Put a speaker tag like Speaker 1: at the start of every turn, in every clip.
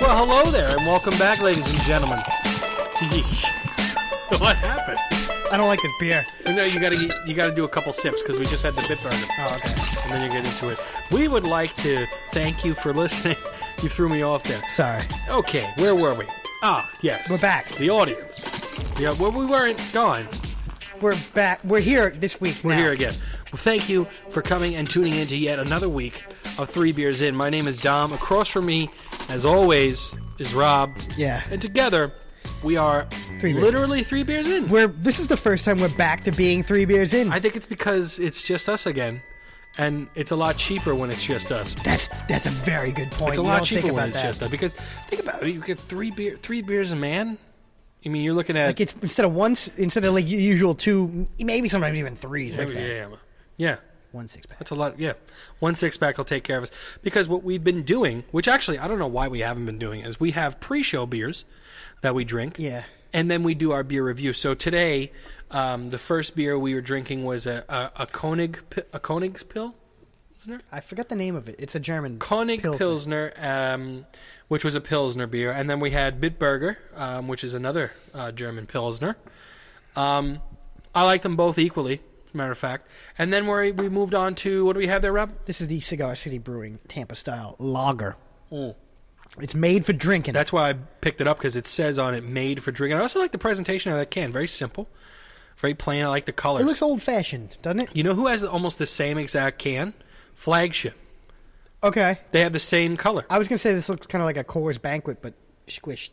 Speaker 1: Well, hello there, and welcome back, ladies and gentlemen. To Yeesh. What happened?
Speaker 2: I don't like this beer.
Speaker 1: No, you gotta get- you gotta do a couple sips because we just had the bit burner,
Speaker 2: Oh, okay.
Speaker 1: and then you get into it. We would like to thank you for listening. You threw me off there.
Speaker 2: Sorry.
Speaker 1: Okay, where were we? Ah, yes,
Speaker 2: We're back.
Speaker 1: The audience. Yeah, well, we weren't gone.
Speaker 2: We're back. We're here this week.
Speaker 1: We're
Speaker 2: now.
Speaker 1: here again. Well, thank you for coming and tuning in to yet another week of Three Beers In. My name is Dom. Across from me, as always, is Rob.
Speaker 2: Yeah.
Speaker 1: And together, we are
Speaker 2: Three beers.
Speaker 1: literally three beers in.
Speaker 2: We're. This is the first time we're back to being three beers in.
Speaker 1: I think it's because it's just us again, and it's a lot cheaper when it's just us.
Speaker 2: that's that's a very good point.
Speaker 1: It's a
Speaker 2: You
Speaker 1: lot
Speaker 2: don't
Speaker 1: cheaper
Speaker 2: think
Speaker 1: when
Speaker 2: about
Speaker 1: it's
Speaker 2: that.
Speaker 1: just us because think about it. You get three beer, three beers a man. I mean, you're looking at
Speaker 2: Like it's instead of once, instead of like your usual two, maybe sometimes even three.
Speaker 1: maybe- yeah, yeah.
Speaker 2: One six pack.
Speaker 1: That's a lot. Yeah, one six pack will take care of us because what we've been doing, which actually I don't know why we haven't been doing, is we have pre-show beers that we drink.
Speaker 2: Yeah.
Speaker 1: and then we do our beer review. So today, um, the first beer we were drinking was a a, a Koenig pi- a Koenig's pill.
Speaker 2: I forgot the name of it. It's a German.
Speaker 1: Koenig
Speaker 2: Pilsner.
Speaker 1: Pilsner, um, which was a Pilsner beer. And then we had Bitburger, um, which is another uh, German Pilsner. Um, I like them both equally, as a matter of fact. And then we we moved on to, what do we have there, Rob?
Speaker 2: This is the Cigar City Brewing Tampa style lager.
Speaker 1: Mm.
Speaker 2: It's made for drinking.
Speaker 1: That's why I picked it up because it says on it made for drinking. I also like the presentation of that can. Very simple, very plain. I like the colors.
Speaker 2: it looks old fashioned, doesn't it?
Speaker 1: you know who has almost the same exact can? Flagship.
Speaker 2: Okay.
Speaker 1: They have the same color.
Speaker 2: I was gonna say this looks kind of like a Coors Banquet, but squished.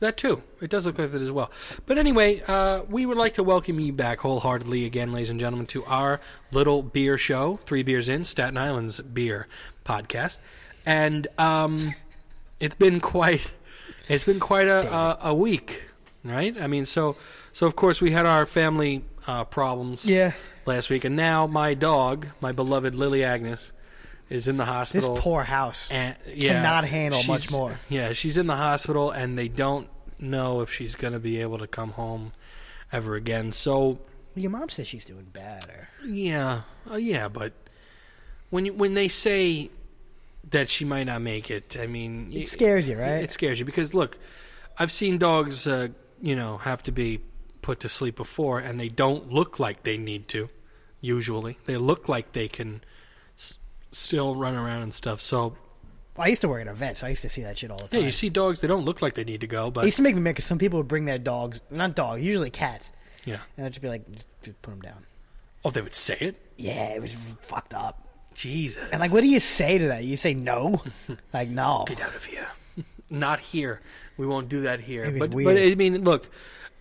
Speaker 1: That too. It does look like that as well. But anyway, uh, we would like to welcome you back wholeheartedly again, ladies and gentlemen, to our little beer show, Three Beers In, Staten Island's beer podcast. And um, it's been quite, it's been quite a, a, a week, right? I mean, so so of course we had our family uh, problems
Speaker 2: Yeah.
Speaker 1: last week, and now my dog, my beloved Lily Agnes, is in the
Speaker 2: This
Speaker 1: hospital.
Speaker 2: poor house.
Speaker 1: and yeah,
Speaker 2: cannot handle
Speaker 1: she's-
Speaker 2: much more.
Speaker 1: Yeah, she's in the hospital, and they don't know if she's going to be able to come home ever again. So
Speaker 2: Your mom says she's doing better.
Speaker 1: yeah, uh, yeah, but when you, when they say that she might not make it, I mean,
Speaker 2: It scares you, right?
Speaker 1: It scares you because look, I've seen dogs, uh, you know, have to be put to sleep before, and they don't look like they need to. Usually, they look like they can s- still run around and stuff. So
Speaker 2: I used to work at a vet, so I used to see that shit all the
Speaker 1: yeah,
Speaker 2: time.
Speaker 1: you see dogs, they don't look like they need to go,
Speaker 2: it
Speaker 1: but
Speaker 2: used to make me mad because some people would bring their dogs, not dogs, usually cats,
Speaker 1: yeah.
Speaker 2: and I'd just be like, "Just- just put them down.
Speaker 1: Oh, they would say it.
Speaker 2: Yeah, it was fucked up.
Speaker 1: Jesus,
Speaker 2: And like, what do you say to that? You say no? like, no.
Speaker 1: get out of here. Not here. We won't do that here.
Speaker 2: It was
Speaker 1: but but
Speaker 2: weird.
Speaker 1: I mean, look,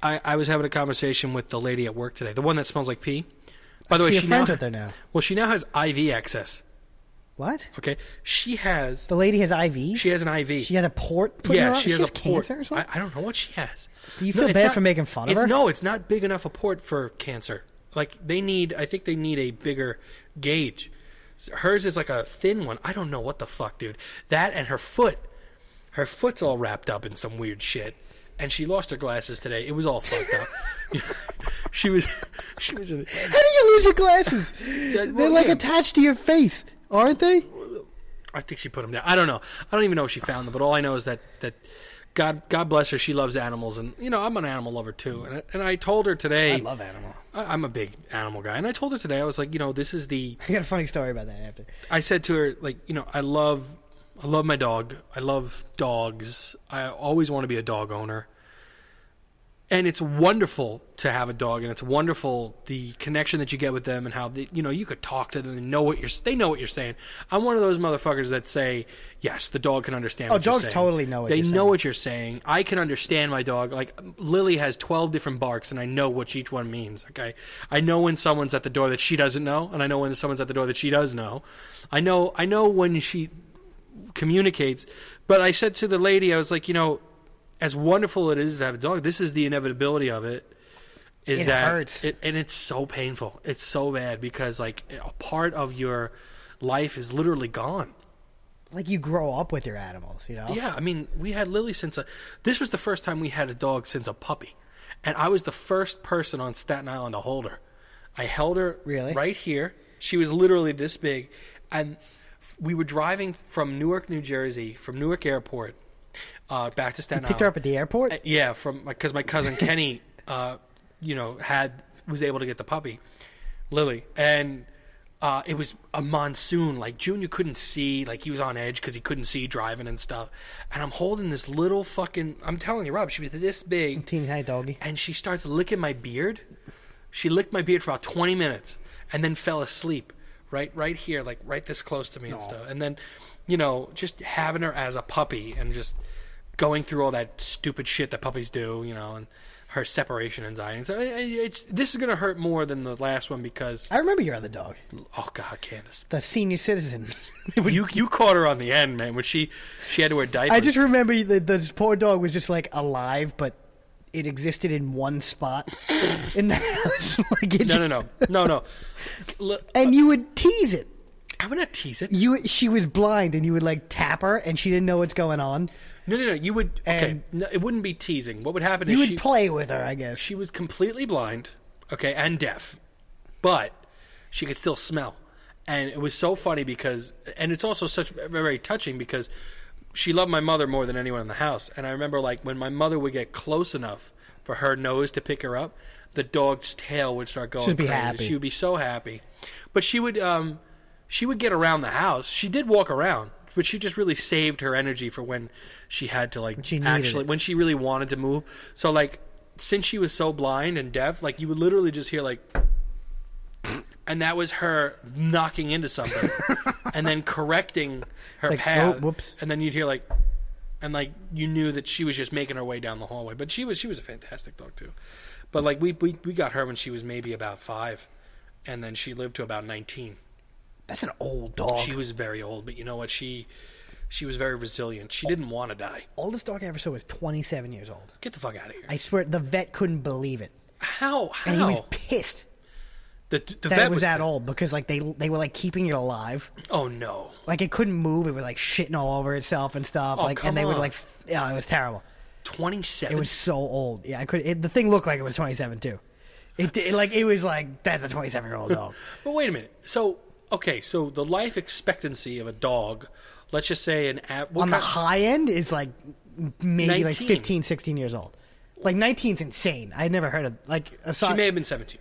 Speaker 1: I, I was having a conversation with the lady at work today, the one that smells like pee. By the
Speaker 2: I
Speaker 1: way,
Speaker 2: see your
Speaker 1: she now,
Speaker 2: friends out there now.
Speaker 1: well, she now has IV access.
Speaker 2: What?
Speaker 1: Okay, she has
Speaker 2: The lady has IVs?
Speaker 1: she has an IV.
Speaker 2: She has a port put in
Speaker 1: yeah,
Speaker 2: her
Speaker 1: she, has a port.
Speaker 2: cancer or something?
Speaker 1: I, I don't know what she has.
Speaker 2: Do you feel
Speaker 1: it's
Speaker 2: bad for making fun of
Speaker 1: it's-
Speaker 2: her?
Speaker 1: No, it's not big enough a port for cancer. Like they need, I think they need a bigger gauge. Hers is like a thin one. I don't know what the fuck, dude. That and her foot, her foot's all wrapped up in some weird shit. And she lost her glasses today. It was all fucked up. she was, she was in.
Speaker 2: How do you lose your glasses? They're
Speaker 1: well,
Speaker 2: like
Speaker 1: yeah.
Speaker 2: attached to your face, aren't they?
Speaker 1: I think she put them down. I don't know. I don't even know if she found them, but all I know is that that God God bless her. She loves animals, and you know I'm an animal lover too. And I, and I told her today.
Speaker 2: I love animal.
Speaker 1: I- I'm a big animal guy, and I told her today I was like, you know, this is the.
Speaker 2: I got a funny story about that after.
Speaker 1: I said to her like, you know, I love, I love my dog. I love dogs. I always want to be a dog owner. And it's wonderful to have a dog, and it's wonderful the connection that you get with them, and how they, you know you could talk to them and know what you're. They know what you're saying. I'm one of those motherfuckers that say, yes, the dog can understand.
Speaker 2: Oh,
Speaker 1: what you're
Speaker 2: dogs
Speaker 1: saying."
Speaker 2: totally know what
Speaker 1: They
Speaker 2: you're
Speaker 1: know
Speaker 2: saying.
Speaker 1: what you're saying. I can understand my dog. Like Lily has 12 different barks, and I know what each one means. Okay, I know when someone's at the door that she doesn't know, and I know when someone's at the door that she does know. I know. I know when she communicates. But I said to the lady, I was like, you know, as wonderful it is to have a dog, this is the inevitability of it. Is
Speaker 2: It
Speaker 1: that
Speaker 2: hurts.
Speaker 1: It, and it's so painful. It's so bad because like a part of your life is literally gone.
Speaker 2: Like you grow up with your animals, you know?
Speaker 1: Yeah, I mean, we had Lily since a. This was the first time we had a dog since a puppy, and I was the first person on Staten Island to hold her. I held her
Speaker 2: Really?
Speaker 1: right here. She was literally this big, and f- we were driving from Newark, New Jersey, from Newark Airport, uh, back to Staten
Speaker 2: Picked her
Speaker 1: Island.
Speaker 2: up at the airport.
Speaker 1: Uh, Yeah, from because my cousin Kenny, uh, you know, had was able to get the puppy, Lily, and uh, it was a monsoon. Like Junior couldn't see, like he was on edge because he couldn't see driving and stuff. And I'm holding this little fucking. I'm telling you, Rob, she was this big,
Speaker 2: Teeny tiny doggy.
Speaker 1: and she starts licking my beard. She licked my beard for about 20 minutes and then fell asleep right right here like right this close to me and stuff. And then you know, just having her as a puppy and just going through all that stupid shit that puppies do, you know, and her separation anxiety. And So it- it- it's this is going to hurt more than the last one because
Speaker 2: I remember your other dog,
Speaker 1: oh god, Candace.
Speaker 2: the senior citizen.
Speaker 1: You you caught her on the end, man, when she she had to wear diapers.
Speaker 2: I just remember the, the poor dog was just like alive, but it existed in one spot in the house. like it
Speaker 1: No, no, no. No, no. Look,
Speaker 2: And you would tease it.
Speaker 1: I'm going to tease it.
Speaker 2: You she was blind, and you would like tap her, and she didn't know what's going on.
Speaker 1: No, no, no. You would okay.
Speaker 2: And-
Speaker 1: No, it wouldn't be teasing. What would happen
Speaker 2: You
Speaker 1: is
Speaker 2: would
Speaker 1: she
Speaker 2: play with her, I guess.
Speaker 1: she was completely blind, okay, and deaf, but she could still smell, and it was so funny because, and it's also such very touching because she loved my mother more than anyone in the house, and I remember like when my mother would get close enough for her nose to pick her up, the dog's tail would start going.
Speaker 2: She'd be
Speaker 1: crazy.
Speaker 2: happy.
Speaker 1: She would be so happy, but she would um she would get around the house. She did walk around. But she just really saved her energy for when she had to like
Speaker 2: she needed
Speaker 1: actually
Speaker 2: it.
Speaker 1: when she really wanted to move. So like since she was so blind and deaf, like you would literally just hear like and that was her knocking into something and then correcting her
Speaker 2: Like,
Speaker 1: path.
Speaker 2: oh, whoops.
Speaker 1: And then you'd hear like and like you knew that she was just making her way down the hallway. But she was she was a fantastic dog too. But like we we, we got her when she was maybe about five and then she lived to about nineteen.
Speaker 2: That's an old dog.
Speaker 1: She was very old, but you know what? She she was very resilient. She didn't want to die.
Speaker 2: Oldest dog I ever saw was 27 years old.
Speaker 1: Get the fuck out of here.
Speaker 2: I swear, the vet couldn't believe it,
Speaker 1: how? How?
Speaker 2: and he was pissed
Speaker 1: the the
Speaker 2: that
Speaker 1: vet
Speaker 2: it was that old because like they they were like keeping it alive.
Speaker 1: Oh no!
Speaker 2: Like it couldn't move. It was like shitting all over itself and stuff.
Speaker 1: Oh,
Speaker 2: like
Speaker 1: come
Speaker 2: and they would
Speaker 1: on.
Speaker 2: like f- yeah, it was terrible.
Speaker 1: Twenty seven.
Speaker 2: It was so old. Yeah, I could. It, the thing looked like it was 27 too. It, it like it was like that's a 27 year old dog.
Speaker 1: But wait a minute. So okay, so the life expectancy of a dog, let's just say an av- what
Speaker 2: On the
Speaker 1: kind-
Speaker 2: high end is like maybe like
Speaker 1: 19.
Speaker 2: 15, 16 years old. Like 19's insane. I had never heard of like aside.
Speaker 1: she may have been seventeen.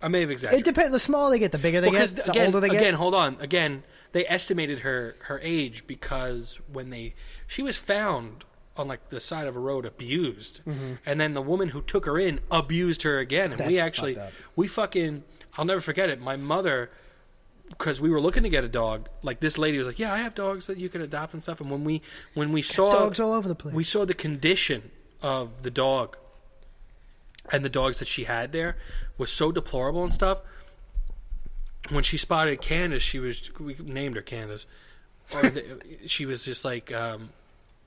Speaker 1: I may have
Speaker 2: it
Speaker 1: exaggerated.
Speaker 2: depends. The smaller they get, the bigger they
Speaker 1: because
Speaker 2: get. The
Speaker 1: again,
Speaker 2: older they
Speaker 1: again,
Speaker 2: get.
Speaker 1: hold on. Again, they estimated her her age because when they she was found on like the side of a road abused, and then the woman who took her in abused her again, and we
Speaker 2: Mm-hmm. That's
Speaker 1: actually
Speaker 2: fucked up.
Speaker 1: we fucking I'll never forget it. My mother. Because we were looking to get a dog, like this lady was like, "Yeah, I have dogs that you can adopt and stuff." And when we when we saw
Speaker 2: dogs all over the place.
Speaker 1: we saw the condition of the dog and the dogs that she had there was so deplorable and stuff. When she spotted Candace, she was we named her Candace. Or the, she was just like, um,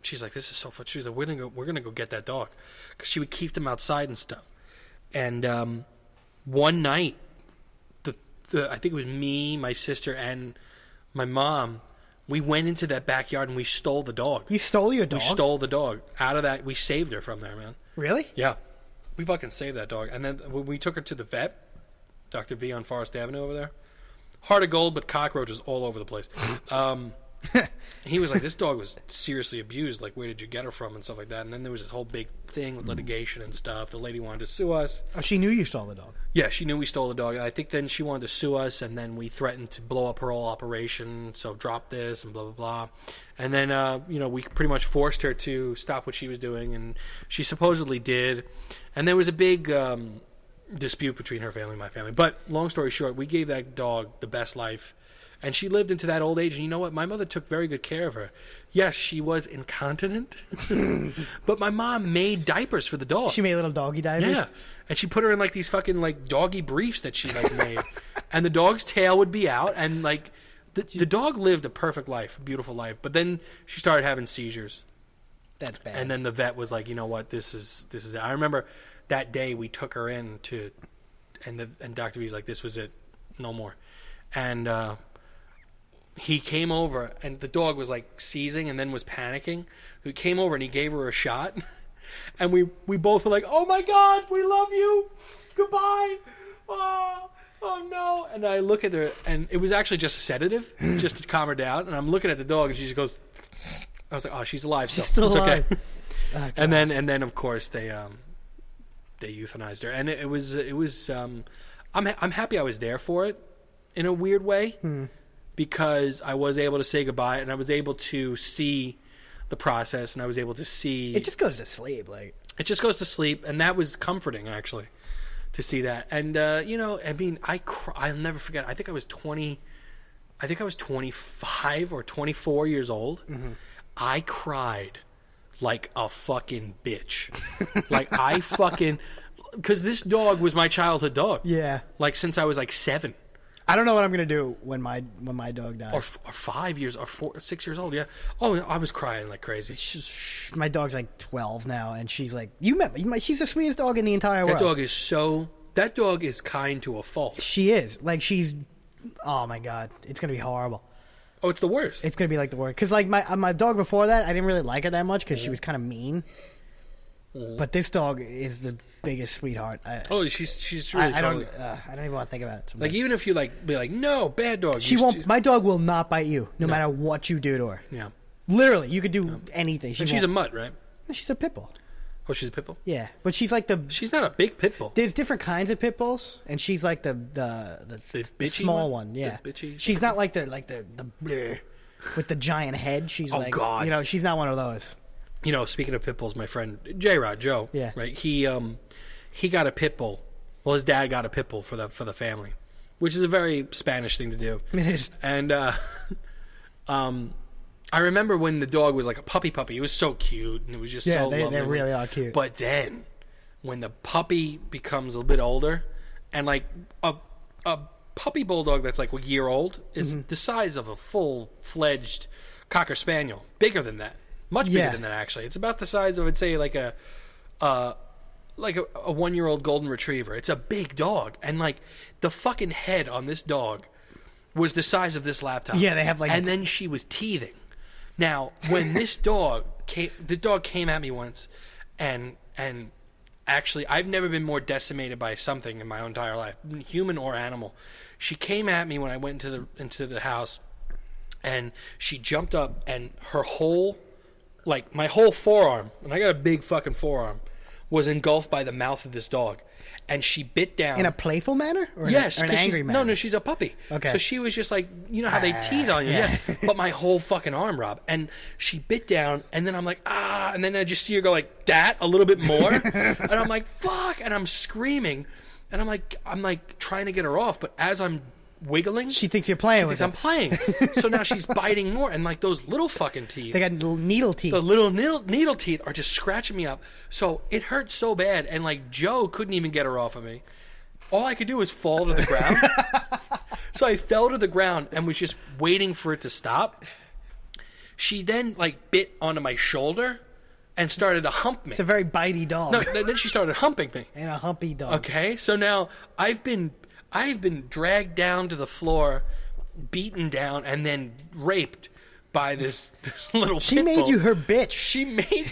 Speaker 1: she's like, this is so fun. She's like, we're gonna go, we're gonna go get that dog, because she would keep them outside and stuff. And um, one night, the, the I think it was me, my sister, and my mom. We went into that backyard and we stole the dog.
Speaker 2: You stole your dog.
Speaker 1: We stole the dog out of that. We saved her from there, man.
Speaker 2: Really?
Speaker 1: Yeah, we fucking saved that dog. And then when we took her to the vet, Doctor V on Forest Avenue over there, heart of gold, but cockroaches all over the place. Um, he was like, "This dog was seriously abused. Like, where did you get her from and stuff like that?" And then there was this whole big thing with litigation and stuff. The lady wanted to sue us.
Speaker 2: Oh, she knew you stole the dog.
Speaker 1: Yeah, she knew we stole the dog. I think then she wanted to sue us, and then we threatened to blow up her whole operation. So drop this and blah blah blah. And then uh, you know we pretty much forced her to stop what she was doing, and she supposedly did. And there was a big um, dispute between her family and my family. But long story short, we gave that dog the best life, and she lived into that old age. And you know what? My mother took very good care of her. Yes, she was incontinent, but my mom made diapers for the dog.
Speaker 2: She made little doggy divers.
Speaker 1: Yeah, and she put her in like these fucking like doggy briefs that she like made, and the dog's tail would be out, and like the, the dog lived a perfect life, a beautiful life. But then she started having seizures,
Speaker 2: That's bad.
Speaker 1: and then the vet was like, you know what, this is this is. It. I remember that day we took her in to, and the and Doctor B's like, this was it, no more, and. uh he came over and the dog was like seizing and then was panicking. He came over and he gave her a shot, and we we both were like, "Oh my god, we love you, goodbye." Oh, oh no! And I look at her, and it was actually just a sedative, just to calm her down. And I'm looking at the dog, and she just goes, I was like, oh, she's alive.
Speaker 2: She's
Speaker 1: still,
Speaker 2: still
Speaker 1: It's
Speaker 2: alive.
Speaker 1: Okay.
Speaker 2: Oh,
Speaker 1: and then and then of course they um they euthanized her, and it, it was it was um I'm ha- I'm happy I was there for it in a weird way
Speaker 2: Hmm.
Speaker 1: because I was able to say goodbye and I was able to see the process and I was able to see
Speaker 2: It just goes to sleep. Like
Speaker 1: it just goes to sleep and that was comforting actually to see that and uh, you know i mean i cr- i'll never forget i think i was 20 i think i was 25 or 24 years old i cried like a fucking bitch like i fucking because this dog was my childhood dog
Speaker 2: yeah.
Speaker 1: like since i was like seven
Speaker 2: I don't know what I'm gonna do when my when my dog dies.
Speaker 1: or, f- or five years or four six years old yeah oh i was crying like crazy
Speaker 2: Sh- my dog's like 12 now, and she's like, you met me. She's the sweetest dog in the entire
Speaker 1: that
Speaker 2: world.
Speaker 1: dog is so that dog is kind to a fault
Speaker 2: She is like she's. Oh my god, it's gonna be horrible.
Speaker 1: oh it's the worst
Speaker 2: It's gonna be like the worst. Cause like my uh, my dog before that, I didn't really like her that much because she
Speaker 1: Mm-hmm.
Speaker 2: was kind of mean. But this dog is the biggest sweetheart. I,
Speaker 1: Oh, she's she's really
Speaker 2: I, I
Speaker 1: totally.
Speaker 2: don't. Uh, I don't even want to think about it.
Speaker 1: Like even if you like be like, no, bad dog.
Speaker 2: she
Speaker 1: you
Speaker 2: won't.
Speaker 1: st-
Speaker 2: my dog will not bite you, no, matter what you do to her.
Speaker 1: yeah,
Speaker 2: Literally, you could do anything. She
Speaker 1: and she's a mutt, right?
Speaker 2: a she's a pit bull.
Speaker 1: Oh, she's a pit bull.
Speaker 2: Yeah, but she's like the
Speaker 1: She's not a big pit bull.
Speaker 2: there's different kinds of pit bulls, and she's like the the the,
Speaker 1: The bitchy
Speaker 2: small
Speaker 1: one?
Speaker 2: one.
Speaker 1: The
Speaker 2: Yeah,
Speaker 1: bitchy-
Speaker 2: She's not like the like the the bleh, with the giant head. She's
Speaker 1: Oh,
Speaker 2: like
Speaker 1: God.
Speaker 2: you know she's not one of those.
Speaker 1: You know, speaking of pit bulls, my friend J Rod Joe.
Speaker 2: Yeah.
Speaker 1: Right. He um he got a pit bull. Well, his dad got a pit bull for the for the family, which is a very Spanish thing to do.
Speaker 2: It is.
Speaker 1: And uh, um, I remember when the dog was like a puppy puppy. It was so cute, and it was just
Speaker 2: Yeah,
Speaker 1: so
Speaker 2: they- they
Speaker 1: lovely.
Speaker 2: really are cute.
Speaker 1: But then, when the puppy becomes a little bit older, and like a a puppy bulldog that's like a year old is
Speaker 2: Mm-hmm.
Speaker 1: the size of a full fledged cocker spaniel, bigger than that, much
Speaker 2: Yeah.
Speaker 1: bigger than that. Actually, it's about the size of I'd say like a. Uh, like a, a one year old golden retriever. It's a big dog. And like the fucking head on this dog was the size of this laptop.
Speaker 2: Yeah, they have, like-
Speaker 1: And then she was teething. Now, when this dog came, the dog came at me once, and and actually, I've never been more decimated by something in my entire life, human or animal. She came at me when I went into the into the house, and she jumped up, and her whole, like my whole forearm, and I got a big fucking forearm, was engulfed by the mouth of this dog, and she bit down
Speaker 2: In a playful manner, or in a-
Speaker 1: Yes,
Speaker 2: or an
Speaker 1: 'cause
Speaker 2: angry
Speaker 1: she's,
Speaker 2: manner.
Speaker 1: no, no, she's a puppy.
Speaker 2: Okay. Ah,
Speaker 1: So she was just like, you know how they teeth on you,
Speaker 2: yeah.
Speaker 1: yeah. But my whole fucking arm, Rob, and she bit down, and then I'm like, ah, and then I just see her go like that a little bit more, and I'm like, fuck, and I'm screaming, and I'm like, I'm like trying to get her off, but as I'm wiggling,
Speaker 2: She thinks you're playing with
Speaker 1: thinks I'm
Speaker 2: them.
Speaker 1: playing, so now she's biting more, and like those little fucking teeth,
Speaker 2: They got little needle teeth.
Speaker 1: the little needle, needle teeth are just scratching me up. So it hurt so bad, and like Joe couldn't even get her off of me. All I could do was fall to the ground. so I fell to the ground and was just waiting for it to stop. She then like bit onto my shoulder and started to hump me.
Speaker 2: it's a very bitey dog
Speaker 1: No, th- then she started humping me.
Speaker 2: and a humpy dog.
Speaker 1: Okay, so now I've been I've been dragged down to the floor, beaten down, and then raped by this, this little.
Speaker 2: She
Speaker 1: pit
Speaker 2: made
Speaker 1: bull
Speaker 2: you her bitch.
Speaker 1: she made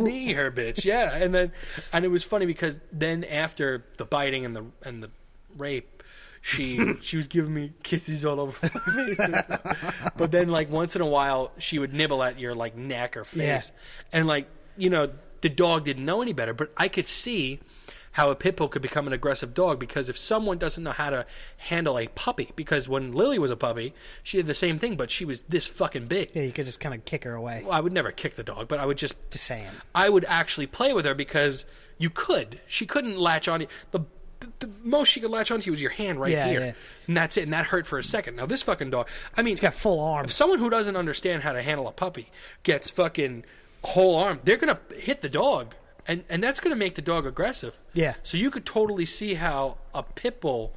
Speaker 1: me her bitch. Yeah, and then and it was funny because then after the biting and the and the rape, she she was giving me kisses all over my face. And stuff. But then like once in a while, she would nibble at your like neck or face,
Speaker 2: Yeah.
Speaker 1: and like you know the dog didn't know any better, but I could see. How a pit bull could become an aggressive dog because if someone doesn't know how to handle a puppy, because when Lily was a puppy, she did the same thing, but she was this fucking big.
Speaker 2: Yeah, you could just kind of kick her away.
Speaker 1: Well, I would never kick the dog, but I would just
Speaker 2: Just saying.
Speaker 1: I would actually play with her because you could. She couldn't latch on. The, the most she could latch onto was your hand right
Speaker 2: Yeah,
Speaker 1: here,
Speaker 2: yeah.
Speaker 1: and that's it. And that hurt for a second. Now this fucking dog. I mean,
Speaker 2: She's got full arms.
Speaker 1: someone who doesn't understand how to handle a puppy gets fucking whole arm. They're gonna hit the dog, and and that's gonna make the dog aggressive.
Speaker 2: Yeah.
Speaker 1: So you could totally see how a pit bull,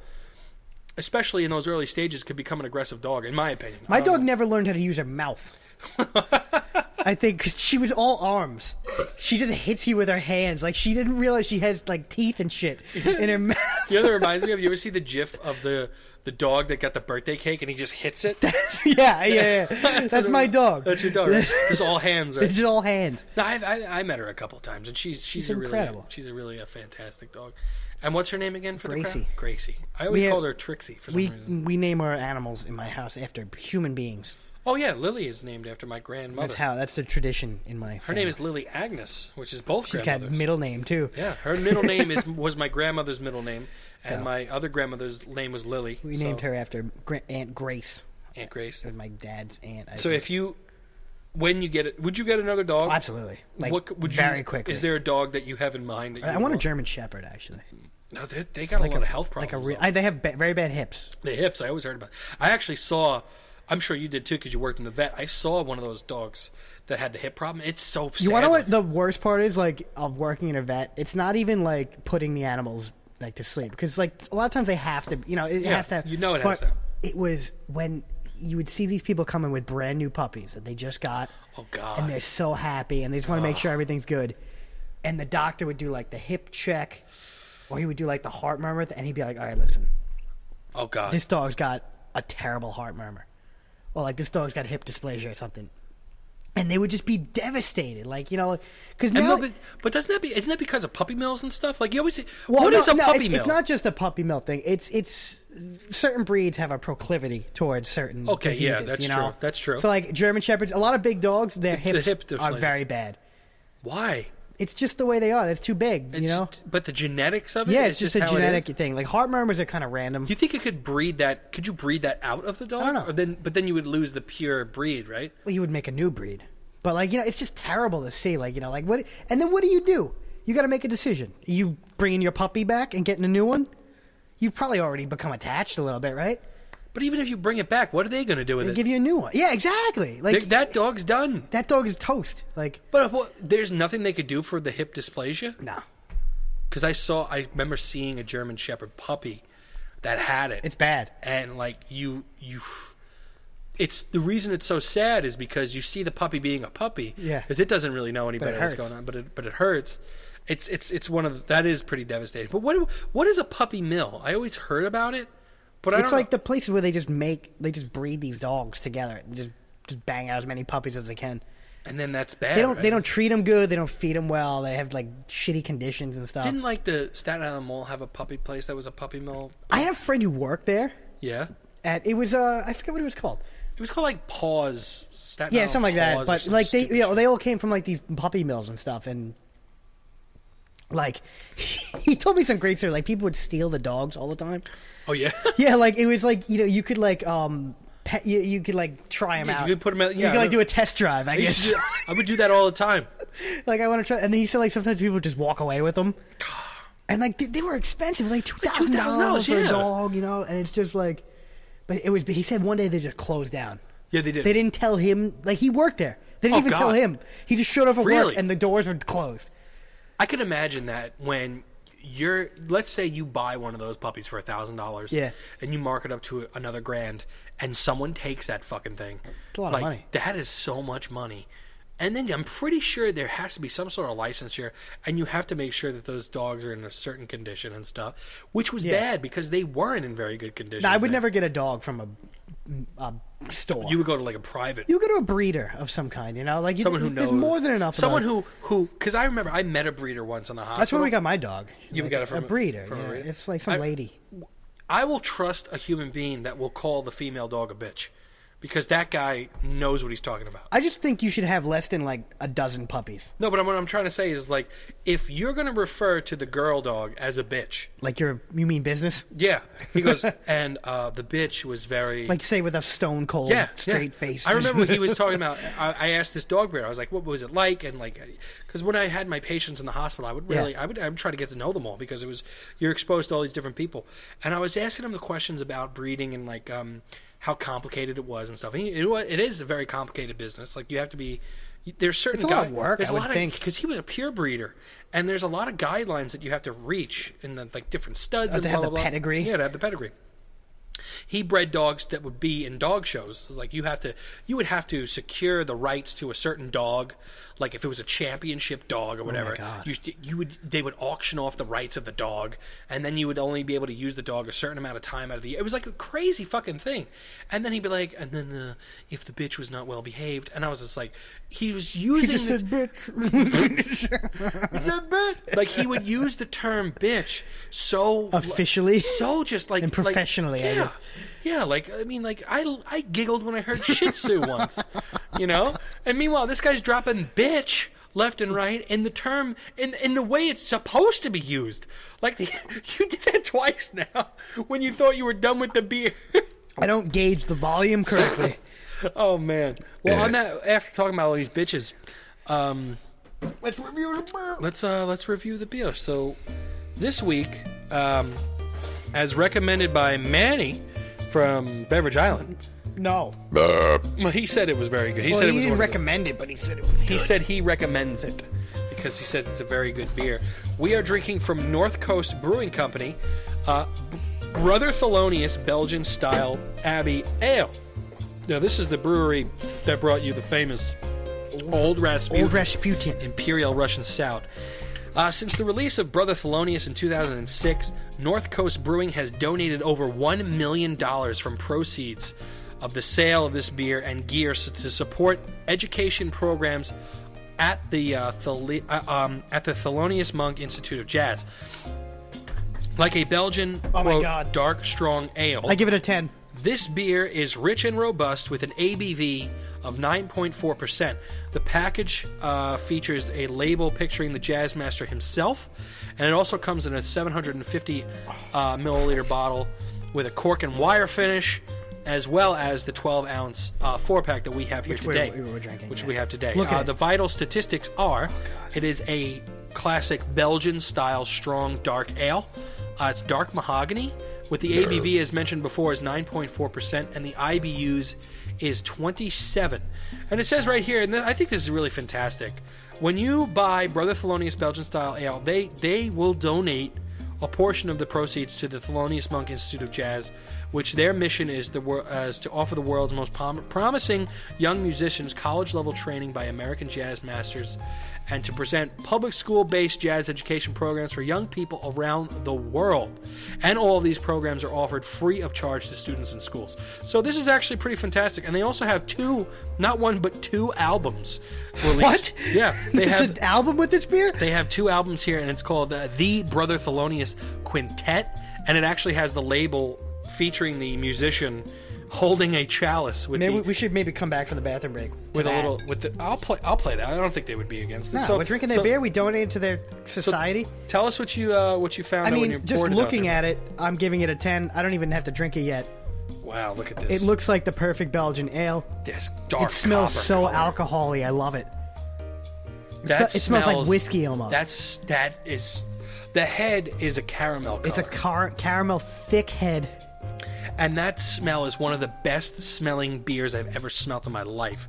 Speaker 1: especially in those early stages, could become an aggressive dog. In my opinion,
Speaker 2: My
Speaker 1: I don't
Speaker 2: dog never learned how to use her mouth. I think 'cause she was all arms. She just hits you with her hands. Like she didn't realize she has like teeth and shit in her mouth.
Speaker 1: You know, that reminds me of you ever see the GIF of the the dog that got the birthday cake and he just hits it.
Speaker 2: yeah, yeah, yeah. That's, my dog.
Speaker 1: That's your dog. Right? It's all hands, right?
Speaker 2: It's just all hands.
Speaker 1: No, I, I, I met her a couple times and she's she's, a
Speaker 2: incredible.
Speaker 1: really she's a really a fantastic dog. And what's her name again for the
Speaker 2: Gracie.
Speaker 1: crowd? Gracie. I always
Speaker 2: We have-
Speaker 1: called her Trixie for some
Speaker 2: We
Speaker 1: reason.
Speaker 2: we name our animals in my house after human beings.
Speaker 1: Oh yeah, Lily is named after my grandmother.
Speaker 2: That's how. That's the tradition in my.
Speaker 1: her name is Lily Agnes, which is both
Speaker 2: She's got
Speaker 1: grandmothers.
Speaker 2: middle name too.
Speaker 1: yeah, her middle name is was my grandmother's middle name, and
Speaker 2: So.
Speaker 1: my other grandmother's name was Lily.
Speaker 2: We
Speaker 1: so-
Speaker 2: named her after Gra- Aunt Grace,
Speaker 1: Aunt Grace.
Speaker 2: my dad's aunt. I
Speaker 1: So
Speaker 2: think.
Speaker 1: if you, when you get it, would you get another dog?
Speaker 2: absolutely, like
Speaker 1: What c- would you-
Speaker 2: very quickly.
Speaker 1: Is there a dog that you have in mind? That you
Speaker 2: I want a
Speaker 1: want?
Speaker 2: German Shepherd actually.
Speaker 1: No, they, they got a lot of health problems.
Speaker 2: Like a re- I, they have ba- very bad hips.
Speaker 1: The hips, I always heard about. I actually saw. I'm sure you did too, because you worked in the vet. I saw one of those dogs that had the hip problem. It's so.
Speaker 2: You
Speaker 1: sad
Speaker 2: want to know what
Speaker 1: looking.
Speaker 2: the worst part is? Like of working in a vet, it's not even like putting the animals like to sleep because like a lot of times they have to. You know, it
Speaker 1: Yeah,
Speaker 2: has to.
Speaker 1: you know it has
Speaker 2: but
Speaker 1: to.
Speaker 2: It was when you would see these people coming with brand new puppies that they just got.
Speaker 1: Oh God.
Speaker 2: and they're so happy and they just want to make sure everything's good. And the doctor would do like the hip check, or he would do like the heart murmur, and he'd be like, "All right, listen,
Speaker 1: oh God.
Speaker 2: this dog's got a terrible heart murmur, or like this dog's got hip dysplasia or something." And they would just be devastated, like you know, because
Speaker 1: And
Speaker 2: now.
Speaker 1: no, but, but doesn't that be? Isn't that because of puppy mills and stuff? Like you always. Say,
Speaker 2: well,
Speaker 1: what
Speaker 2: no,
Speaker 1: is a
Speaker 2: no,
Speaker 1: puppy
Speaker 2: it's,
Speaker 1: mill?
Speaker 2: it's not just a puppy mill thing. It's it's certain breeds have a proclivity towards certain
Speaker 1: Okay, yeah,
Speaker 2: diseases.
Speaker 1: that's
Speaker 2: you know?
Speaker 1: true, that's true.
Speaker 2: So like German shepherds, a lot of big dogs, their
Speaker 1: The- the
Speaker 2: hips
Speaker 1: hip
Speaker 2: are
Speaker 1: dysplasia.
Speaker 2: very bad.
Speaker 1: Why?
Speaker 2: It's just the way they are. That's too big,
Speaker 1: It's
Speaker 2: you know.
Speaker 1: just- but the genetics of it.
Speaker 2: Yeah,
Speaker 1: is
Speaker 2: it's just, a
Speaker 1: how it
Speaker 2: genetic
Speaker 1: is.
Speaker 2: thing. Like heart murmurs are kind of random.
Speaker 1: You think you could breed that? Could you breed that out of the dog?
Speaker 2: don't know.
Speaker 1: Or then, but then you would lose the pure breed, right?
Speaker 2: Well, you would make a new breed, but like you know, it's just terrible to see. Like you know, like what? And then what do you do? You got to make a decision. You bringing your puppy back and getting a new one. You've probably already become attached a little bit, right?
Speaker 1: But even if you bring it back, what are they going to do with
Speaker 2: They
Speaker 1: it?
Speaker 2: give you a new one. Yeah, exactly. Like
Speaker 1: Th- that dog's done.
Speaker 2: that dog is toast. Like
Speaker 1: But what, there's nothing they could do for the hip dysplasia.
Speaker 2: no,
Speaker 1: because I saw I remember seeing a German Shepherd puppy that had it.
Speaker 2: it's bad.
Speaker 1: and like you you it's the reason it's so sad is because you see the puppy being a puppy
Speaker 2: Yeah.
Speaker 1: because it doesn't really know any
Speaker 2: it
Speaker 1: better what's
Speaker 2: hurts.
Speaker 1: going on but it but it hurts it's it's it's one of that is pretty devastating but what what is a puppy mill I always heard about it but I
Speaker 2: It's
Speaker 1: don't
Speaker 2: like
Speaker 1: know.
Speaker 2: the places where they just make they just breed these dogs together and just just bang out as many puppies as they can.
Speaker 1: and then that's bad
Speaker 2: They don't
Speaker 1: right?
Speaker 2: they don't treat them good. They don't feed them well. They have like shitty conditions and stuff.
Speaker 1: didn't like the Staten Island Mall have a puppy place that was a puppy mill
Speaker 2: I had a friend who worked there.
Speaker 1: yeah
Speaker 2: At it was uh, I forget what it was called.
Speaker 1: it was called like Paws Staten
Speaker 2: Yeah,
Speaker 1: Island
Speaker 2: something like that.
Speaker 1: Paws or
Speaker 2: But
Speaker 1: some
Speaker 2: like they,
Speaker 1: stupid
Speaker 2: you know, they all came from like these puppy mills and stuff, and like he told me some great story. Like people would steal the dogs all the time.
Speaker 1: shit. oh yeah
Speaker 2: Yeah, like it was like you know you could like um pet you, you could like try them
Speaker 1: Yeah, you
Speaker 2: out.
Speaker 1: could put 'em out-
Speaker 2: you
Speaker 1: yeah,
Speaker 2: could
Speaker 1: I
Speaker 2: like do a test drive. I
Speaker 1: I, used to
Speaker 2: guess.
Speaker 1: do- I would do that all the time
Speaker 2: like I want to try, and then he said like sometimes people just walk away with them. And like they, they were expensive, like two thousand
Speaker 1: $2,000,
Speaker 2: dollars for
Speaker 1: yeah.
Speaker 2: a dog, you know. And it's just like, but it was. But he said one day they just closed down.
Speaker 1: yeah they did
Speaker 2: They didn't tell him. Like he worked there. They didn't
Speaker 1: Oh,
Speaker 2: even tell
Speaker 1: God.
Speaker 2: him. He just showed up at
Speaker 1: Really?
Speaker 2: work and the doors were closed.
Speaker 1: I can imagine that when you're, let's say you buy one of those puppies for a thousand dollars,
Speaker 2: Yeah.
Speaker 1: and you mark it up to another grand, and someone takes that fucking thing. It's
Speaker 2: a lot of
Speaker 1: like,
Speaker 2: money.
Speaker 1: That is so much money. And then I'm pretty sure there has to be some sort of license here, and you have to make sure that those dogs are in a certain condition and stuff, which was bad because they weren't in very good condition.
Speaker 2: Now, I would never get a dog from a, a store.
Speaker 1: You
Speaker 2: You,
Speaker 1: would go to like a private.
Speaker 2: go to a breeder of some kind, you know, like you,
Speaker 1: someone who knows.
Speaker 2: there's more than enough.
Speaker 1: Someone
Speaker 2: about-
Speaker 1: who who because I remember I met a breeder once in the hospital.
Speaker 2: That's where we got my dog.
Speaker 1: You
Speaker 2: Like
Speaker 1: got
Speaker 2: a-
Speaker 1: it from
Speaker 2: a breeder.
Speaker 1: from a
Speaker 2: yeah.
Speaker 1: breeder.
Speaker 2: It's like some
Speaker 1: I-
Speaker 2: lady.
Speaker 1: I will trust a human being that will call the female dog a bitch because that guy knows what he's talking about.
Speaker 2: I just think you should have less than like a dozen puppies.
Speaker 1: No, but I'm, what I'm trying to say is like, if you're going to refer to the girl dog as a bitch,
Speaker 2: Like you're, you mean business?
Speaker 1: yeah, he goes, and uh, the bitch was very
Speaker 2: Like say with a stone cold,
Speaker 1: yeah,
Speaker 2: straight
Speaker 1: yeah.
Speaker 2: face.
Speaker 1: I remember he was talking about. I, I asked this dog breeder. I was like, "What was it like?" And like, because when I had my patients in the hospital, I would really, I would, I would try to get to know them all because it was you're exposed to all these different people. And I was asking him the questions about breeding and like um, how complicated it was and stuff. And he, it, wa- it is a very complicated business. Like you have to be. There's certain
Speaker 2: It's a lot of
Speaker 1: guide-
Speaker 2: work,
Speaker 1: There's
Speaker 2: I
Speaker 1: a
Speaker 2: would
Speaker 1: lot
Speaker 2: think.
Speaker 1: because he was a pure breeder, and there's a lot of guidelines that you have to reach in the like different studs and
Speaker 2: Oh, to
Speaker 1: blah,
Speaker 2: have
Speaker 1: blah,
Speaker 2: the
Speaker 1: blah.
Speaker 2: pedigree?
Speaker 1: Yeah, to have the pedigree he bred dogs that would be in dog shows. It was like you have to, you would have to secure the rights to a certain dog, like if it was a championship dog or whatever.
Speaker 2: Oh God.
Speaker 1: you, you would, they would auction off the rights of the dog, and then you would only be able to use the dog a certain amount of time out of the. year. It was like a crazy fucking thing. And then he'd be like, and then uh, if the bitch was not well behaved, and I was just like, he was using
Speaker 2: just
Speaker 1: the-
Speaker 2: said bitch.
Speaker 1: like he would use the term bitch so
Speaker 2: Officially
Speaker 1: so just like
Speaker 2: and
Speaker 1: like-
Speaker 2: professionally, I
Speaker 1: yeah.
Speaker 2: guess.
Speaker 1: Yeah, like I mean, like I I giggled when I heard Shih Tzu once, you know. And meanwhile, this guy's dropping bitch left and right, and the term in in the way it's supposed to be used. Like the, you did that twice now when you thought you were done with the beer.
Speaker 2: I don't gauge the volume correctly.
Speaker 1: oh man. Well, on that, after talking about all these bitches, um,
Speaker 2: Let's review the
Speaker 1: let's uh let's review the beer. So this week, um, as recommended by Manny from Beverage Island.
Speaker 2: No.
Speaker 1: Well, he said it was very good. He
Speaker 2: Well,
Speaker 1: said it
Speaker 2: he
Speaker 1: was
Speaker 2: didn't
Speaker 1: one of the-
Speaker 2: recommend it, but he said it was good.
Speaker 1: He said he recommends it because he said it's a very good beer. We are drinking from North Coast Brewing Company, uh, Brother Thelonious Belgian Style Abbey Ale. Now, this is the brewery that brought you the famous Old Rasputin.
Speaker 2: Old Rasputin.
Speaker 1: Imperial Russian Stout. Uh, since the release of Brother Thelonious in 2006, North Coast Brewing has donated over $1 million from proceeds of the sale of this beer and gear s- to support education programs at the, uh, Theli- uh, um, at the Thelonious Monk Institute of Jazz. Like a Belgian
Speaker 2: Oh my
Speaker 1: quote,
Speaker 2: God.
Speaker 1: dark, strong ale.
Speaker 2: I give it a 10.
Speaker 1: This beer is rich and robust with an ABV of 9.4%. The package uh, features a label picturing the jazz master himself, and it also comes in a 750 uh, milliliter bottle with a cork and wire finish, as well as the 12 ounce uh, four pack that we have here
Speaker 2: Which we-
Speaker 1: today,
Speaker 2: we were drinking,
Speaker 1: which
Speaker 2: yeah.
Speaker 1: we have today.
Speaker 2: Look at
Speaker 1: Uh,
Speaker 2: it.
Speaker 1: the vital statistics are: it is a classic Belgian style strong dark ale. Uh, it's dark mahogany with the ABV, as mentioned before, is 9.4%, and the IBUs is 27. And it says right here, and th- I think this is really fantastic. When you buy Brother Thelonious Belgian style ale, they they will donate a portion of the proceeds to the Thelonious Monk Institute of Jazz, which their mission is the wor- uh, is to offer the world's most prom- promising young musicians college level training by American jazz masters, and to present public school based jazz education programs for young people around the world. And all of these programs are offered free of charge to students in schools. So this is actually pretty fantastic. And they also have two, not one but two albums released.
Speaker 2: What?
Speaker 1: Yeah, they
Speaker 2: There's
Speaker 1: have
Speaker 2: an album with this beer?
Speaker 1: they have two albums here, and it's called uh, The Brother Thelonious Quintet, and it actually has the label featuring the musician holding a chalice with
Speaker 2: Maybe
Speaker 1: the,
Speaker 2: we- we should maybe come back from the bathroom break. to
Speaker 1: with a
Speaker 2: that.
Speaker 1: little with the. I'll play. I'll play that. I don't think they would be against it.
Speaker 2: No,
Speaker 1: so
Speaker 2: we're drinking their
Speaker 1: so
Speaker 2: beer. We donated to their society.
Speaker 1: Tell us what you uh, what you found.
Speaker 2: I
Speaker 1: out when you
Speaker 2: mean, just
Speaker 1: poured
Speaker 2: looking
Speaker 1: it out
Speaker 2: at it, I'm giving it a 10. I don't even have to drink it yet.
Speaker 1: there. Wow, look at this.
Speaker 2: It looks like the perfect Belgian ale.
Speaker 1: this dark.
Speaker 2: it smells
Speaker 1: copper
Speaker 2: so
Speaker 1: color.
Speaker 2: alcoholy. I love it.
Speaker 1: That
Speaker 2: it smells like whiskey almost.
Speaker 1: That's that is. The head is a caramel color.
Speaker 2: It's a car- caramel thick head.
Speaker 1: and that smell is one of the best smelling beers I've ever smelt in my life.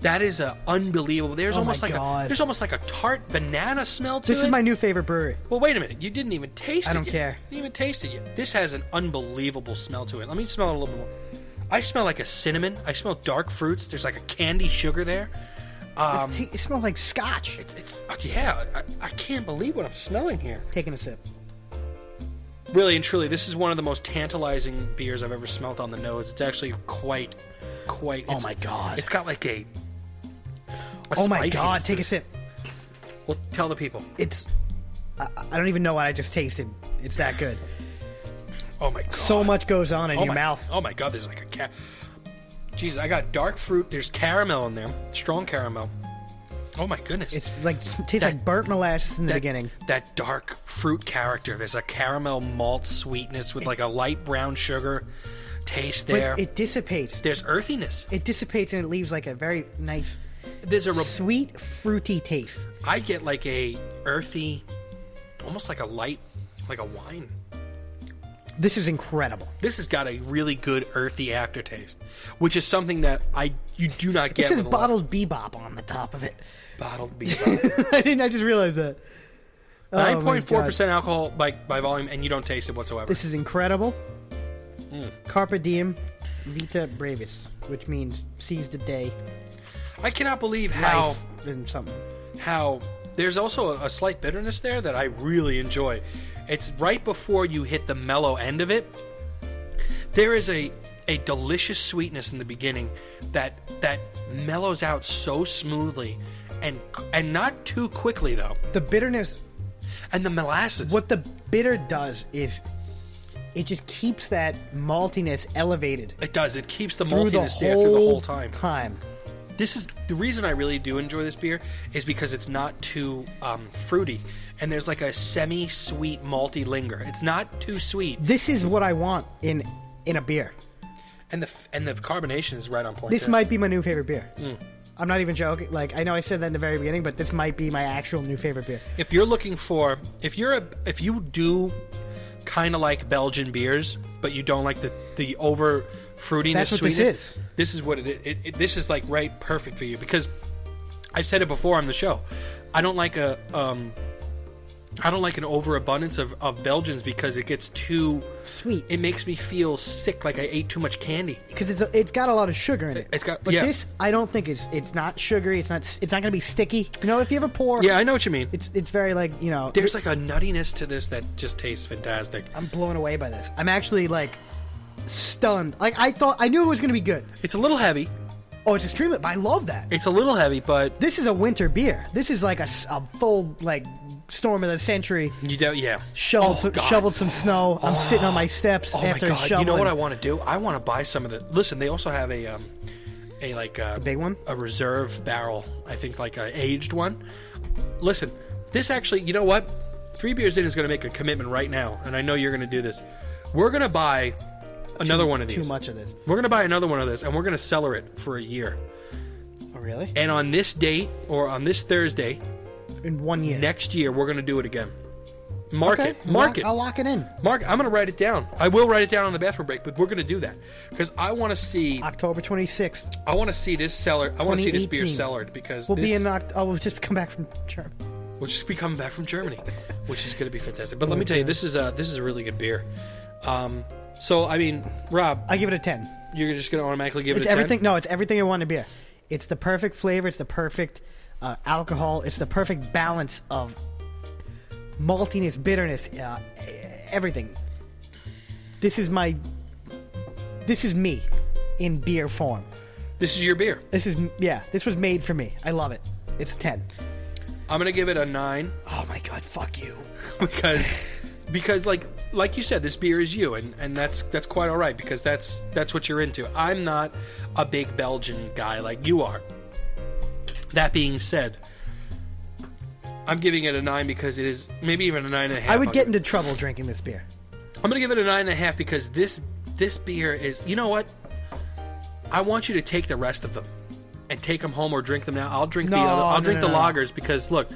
Speaker 1: That is a unbelievable. There's
Speaker 2: Oh my
Speaker 1: almost like a
Speaker 2: God.
Speaker 1: there's almost like a tart banana smell to
Speaker 2: This
Speaker 1: it.
Speaker 2: is my new favorite brewery.
Speaker 1: well, wait a minute. You didn't even taste it.
Speaker 2: I don't
Speaker 1: yet.
Speaker 2: care.
Speaker 1: You didn't even taste it yet. This has an unbelievable smell to it. Let me smell it a little bit more. I smell like a cinnamon. I smell dark fruits. There's like a candy sugar there. Um,
Speaker 2: It's ta- it smells like scotch.
Speaker 1: It's, it's uh, yeah. I, I can't believe what I'm smelling here.
Speaker 2: Taking a sip.
Speaker 1: Really and truly, this is one of the most tantalizing beers I've ever smelt on the nose. It's actually quite, quite.
Speaker 2: Oh
Speaker 1: it's-
Speaker 2: my God.
Speaker 1: It's got like a. a
Speaker 2: Oh my
Speaker 1: spiciness
Speaker 2: god,
Speaker 1: to
Speaker 2: take a
Speaker 1: it.
Speaker 2: sip.
Speaker 1: Well, tell the people.
Speaker 2: It's. I, I don't even know what I just tasted. It's that good.
Speaker 1: Oh my god.
Speaker 2: So much goes on in
Speaker 1: oh
Speaker 2: your
Speaker 1: my,
Speaker 2: mouth.
Speaker 1: Oh my god, there's like a cat. Jesus, I got dark fruit. There's caramel in there, strong caramel. Oh my goodness.
Speaker 2: It's like it tastes
Speaker 1: That-
Speaker 2: like burnt molasses in the
Speaker 1: that,
Speaker 2: beginning.
Speaker 1: That dark fruit character. There's a caramel malt sweetness with like a light brown sugar taste there.
Speaker 2: But it dissipates.
Speaker 1: there's earthiness.
Speaker 2: It dissipates and it leaves like a very nice,
Speaker 1: There's a re-
Speaker 2: sweet, fruity taste.
Speaker 1: I get like a earthy, almost like a light, like a wine.
Speaker 2: This is incredible.
Speaker 1: This has got a really good earthy aftertaste, which is something that I you do not get.
Speaker 2: This is
Speaker 1: with a lot of
Speaker 2: bottled bebop on the top of it.
Speaker 1: bottled beer.
Speaker 2: I didn't. I just realized that. Oh my
Speaker 1: Nine point four
Speaker 2: God.
Speaker 1: percent alcohol by by volume, and you don't taste it whatsoever.
Speaker 2: This is incredible.
Speaker 1: Hmm.
Speaker 2: Carpe diem, vita brevis, which means seize the day,
Speaker 1: I cannot believe how
Speaker 2: life, and something.
Speaker 1: how there's also a, a slight bitterness there that I really enjoy. It's right before you hit the mellow end of it. There is a a delicious sweetness in the beginning that that mellows out so smoothly and and not too quickly though.
Speaker 2: The bitterness
Speaker 1: And the molasses.
Speaker 2: What the bitter does is it just keeps that maltiness elevated
Speaker 1: It does. It keeps the
Speaker 2: through the
Speaker 1: maltiness
Speaker 2: whole
Speaker 1: there through the whole time.
Speaker 2: time.
Speaker 1: This is the reason I really do enjoy this beer is because it's not too um, fruity, and there's like a semi-sweet malty linger. It's not too sweet,
Speaker 2: This is what I want in in a beer.
Speaker 1: and the f- and the carbonation is right on point.
Speaker 2: This
Speaker 1: there.
Speaker 2: might be my new favorite beer.
Speaker 1: Mm.
Speaker 2: I'm not even joking. Like I know I said that in the very beginning, but this might be my actual new favorite beer.
Speaker 1: if you're looking for if you're a, if you do kind of like Belgian beers, but you don't like the the over fruitiness
Speaker 2: That's what this
Speaker 1: sweetness,
Speaker 2: is.
Speaker 1: this is what it, it, it this is like right perfect for you because I've said it before on the show. I don't like a um I don't like an overabundance of, of Belgians because it gets too
Speaker 2: Sweet.
Speaker 1: It makes me feel sick, like I ate too much candy.
Speaker 2: because it's it's got a lot of sugar in it.
Speaker 1: It's got-
Speaker 2: but
Speaker 1: yeah.
Speaker 2: this I don't think it's it's not sugary. It's not it's not gonna be sticky. You know, if you ever pour,
Speaker 1: Yeah, I know what you mean.
Speaker 2: it's it's very like you know.
Speaker 1: There's like a nuttiness to this that just tastes fantastic.
Speaker 2: I'm blown away by this. I'm actually like stunned. Like I thought I knew it was gonna be good.
Speaker 1: It's a little heavy.
Speaker 2: Oh, it's extremely. I love that.
Speaker 1: It's a little heavy, but
Speaker 2: This is a winter beer. This is like a, s- a full like storm of the century.
Speaker 1: you don't. Yeah,
Speaker 2: Shoveled
Speaker 1: Oh,
Speaker 2: some,
Speaker 1: God.
Speaker 2: shoveled some snow. I'm sitting on my steps
Speaker 1: Oh my
Speaker 2: after
Speaker 1: god!
Speaker 2: shoveling.
Speaker 1: You know what I want to do? I want to buy some of the. Listen, they also have a, um, a like a
Speaker 2: big one?
Speaker 1: a reserve barrel. I think like a aged one. Listen, this actually, you know what? Three beers in is going to make a commitment right now, and I know you're going to do this. We're going to buy another one of these.
Speaker 2: Too much of this.
Speaker 1: We're going to buy another one of this, and we're going to cellar it for a year.
Speaker 2: Oh really?
Speaker 1: And on this date or on this Thursday
Speaker 2: In one year.
Speaker 1: next year, we're going to do it again. Mark
Speaker 2: Okay,
Speaker 1: it. Mark
Speaker 2: lock-
Speaker 1: it.
Speaker 2: I'll lock it in.
Speaker 1: Mark, I'm going to write it down. I will write it down on the bathroom break, but we're going to do that because I want to see.
Speaker 2: October 26th.
Speaker 1: I want to see this cellar. I want to see this beer
Speaker 2: 2018.
Speaker 1: cellared because
Speaker 2: We'll
Speaker 1: this,
Speaker 2: be in. Oct- oh, we'll just come back from Germany.
Speaker 1: we'll just be coming back from Germany, which is going to be fantastic. But let me tell you, this is a this is a really good beer. Um, so I mean, Rob,
Speaker 2: I give it a 10.
Speaker 1: you're just going to automatically give
Speaker 2: It's
Speaker 1: it a 10?
Speaker 2: everything. No, it's everything I want in a beer. It's the perfect flavor. It's the perfect uh, alcohol. It's the perfect balance of maltiness, bitterness, uh, everything. This is my. This is me in beer form.
Speaker 1: This is your beer.
Speaker 2: This is yeah. This was made for me. I love it. It's ten.
Speaker 1: I'm going to give it a nine
Speaker 2: Oh my god! Fuck you.
Speaker 1: because because like like you said, this beer is you, and and that's that's quite all right because that's that's what you're into. I'm not a big Belgian guy like you are. That being said, I'm giving it a nine because it is maybe even a nine and a half.
Speaker 2: I would
Speaker 1: I'll
Speaker 2: get
Speaker 1: give
Speaker 2: into trouble drinking this beer.
Speaker 1: I'm gonna give it a nine and a half because this this beer is. You know what? I want you to take the rest of them and take them home or drink them now. I'll drink the
Speaker 2: No,
Speaker 1: other, I'll
Speaker 2: no,
Speaker 1: drink
Speaker 2: no,
Speaker 1: the
Speaker 2: no.
Speaker 1: lagers because look,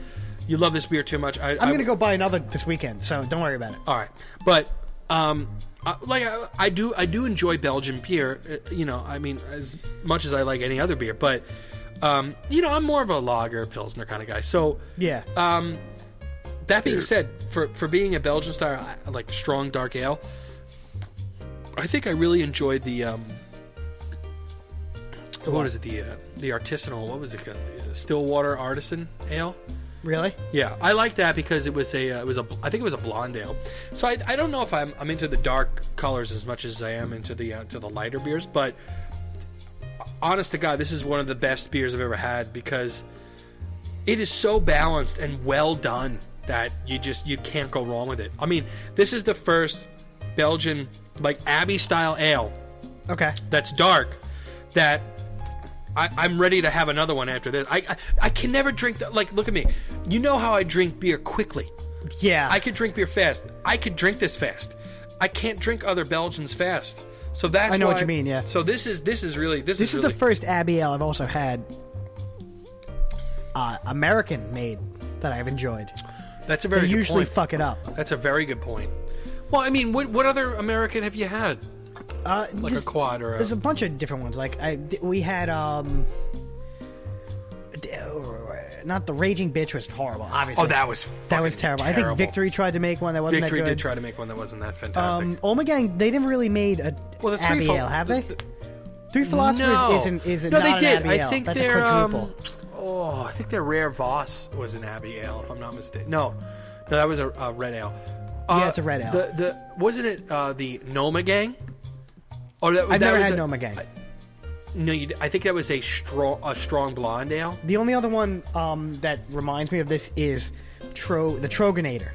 Speaker 1: you love this beer too much. I,
Speaker 2: I'm gonna go buy another this weekend, so don't worry about it.
Speaker 1: All right, but um, I, like I, I do, I do enjoy Belgian beer. uh, You know, I mean, as much as I like any other beer, but um, you know, I'm more of a lager pilsner kind of guy. So
Speaker 2: Yeah.
Speaker 1: um, that being said, for for being a Belgian style, I- like strong dark ale, I think I really enjoyed the um, what is it the uh, the artisanal what was it called? The uh, Stillwater Artisan Ale.
Speaker 2: really?
Speaker 1: Yeah, I like that because it was a uh, it was a I think it was a blonde ale. So I, I don't know if I'm, I'm into the dark colors as much as I am into the uh, to the lighter beers, but honest to God, this is one of the best beers I've ever had because it is so balanced and well done that you just you can't go wrong with it. I mean, this is the first Belgian like Abbey style ale
Speaker 2: Okay.
Speaker 1: that's dark that I, I'm ready to have another one after this. I I, I can never drink the, like look at me. You know how I drink beer quickly.
Speaker 2: Yeah.
Speaker 1: I could drink beer fast. I could drink this fast. I can't drink other Belgians fast. So that's
Speaker 2: I know what
Speaker 1: why-
Speaker 2: you mean, yeah.
Speaker 1: So this is this is really this,
Speaker 2: This
Speaker 1: is,
Speaker 2: is
Speaker 1: really,
Speaker 2: the first Abbey Ale I've also had uh, American made that I've enjoyed.
Speaker 1: that's a
Speaker 2: They
Speaker 1: very good
Speaker 2: usually
Speaker 1: point.
Speaker 2: fuck it up.
Speaker 1: That's a very good point. Well, I mean, what what other American have you had?
Speaker 2: Uh,
Speaker 1: Like a quad or a-
Speaker 2: There's a bunch of different ones. Like I, th- we had um, d- oh, not the Raging Bitch was horrible. Obviously,
Speaker 1: Oh, that was
Speaker 2: that was
Speaker 1: fucking
Speaker 2: terrible. I
Speaker 1: terrible.
Speaker 2: think Victory tried to make one that wasn't
Speaker 1: Victory
Speaker 2: that good.
Speaker 1: did try to make one that wasn't that fantastic.
Speaker 2: um, Omegang, they never really made a
Speaker 1: well, the
Speaker 2: Abbey
Speaker 1: three
Speaker 2: Ale, have they?
Speaker 1: the- the-
Speaker 2: Three Philosophers
Speaker 1: no.
Speaker 2: isn't isn't
Speaker 1: no,
Speaker 2: not
Speaker 1: they
Speaker 2: an
Speaker 1: did.
Speaker 2: Abbey
Speaker 1: I
Speaker 2: Ale.
Speaker 1: think
Speaker 2: That's a
Speaker 1: their
Speaker 2: quadruple.
Speaker 1: um, oh, I think their rare Voss was an Abbey Ale, if I'm not mistaken. No, no, that was a, a red ale. Uh,
Speaker 2: it's a red ale.
Speaker 1: The, the wasn't it uh, the Noma Gang? Or that,
Speaker 2: I've
Speaker 1: that
Speaker 2: never
Speaker 1: was
Speaker 2: had
Speaker 1: a-
Speaker 2: an Omegang.
Speaker 1: No, you, d- I think that was a strong a strong blonde ale.
Speaker 2: The only other one um, that reminds me of this is Tro the Troganator.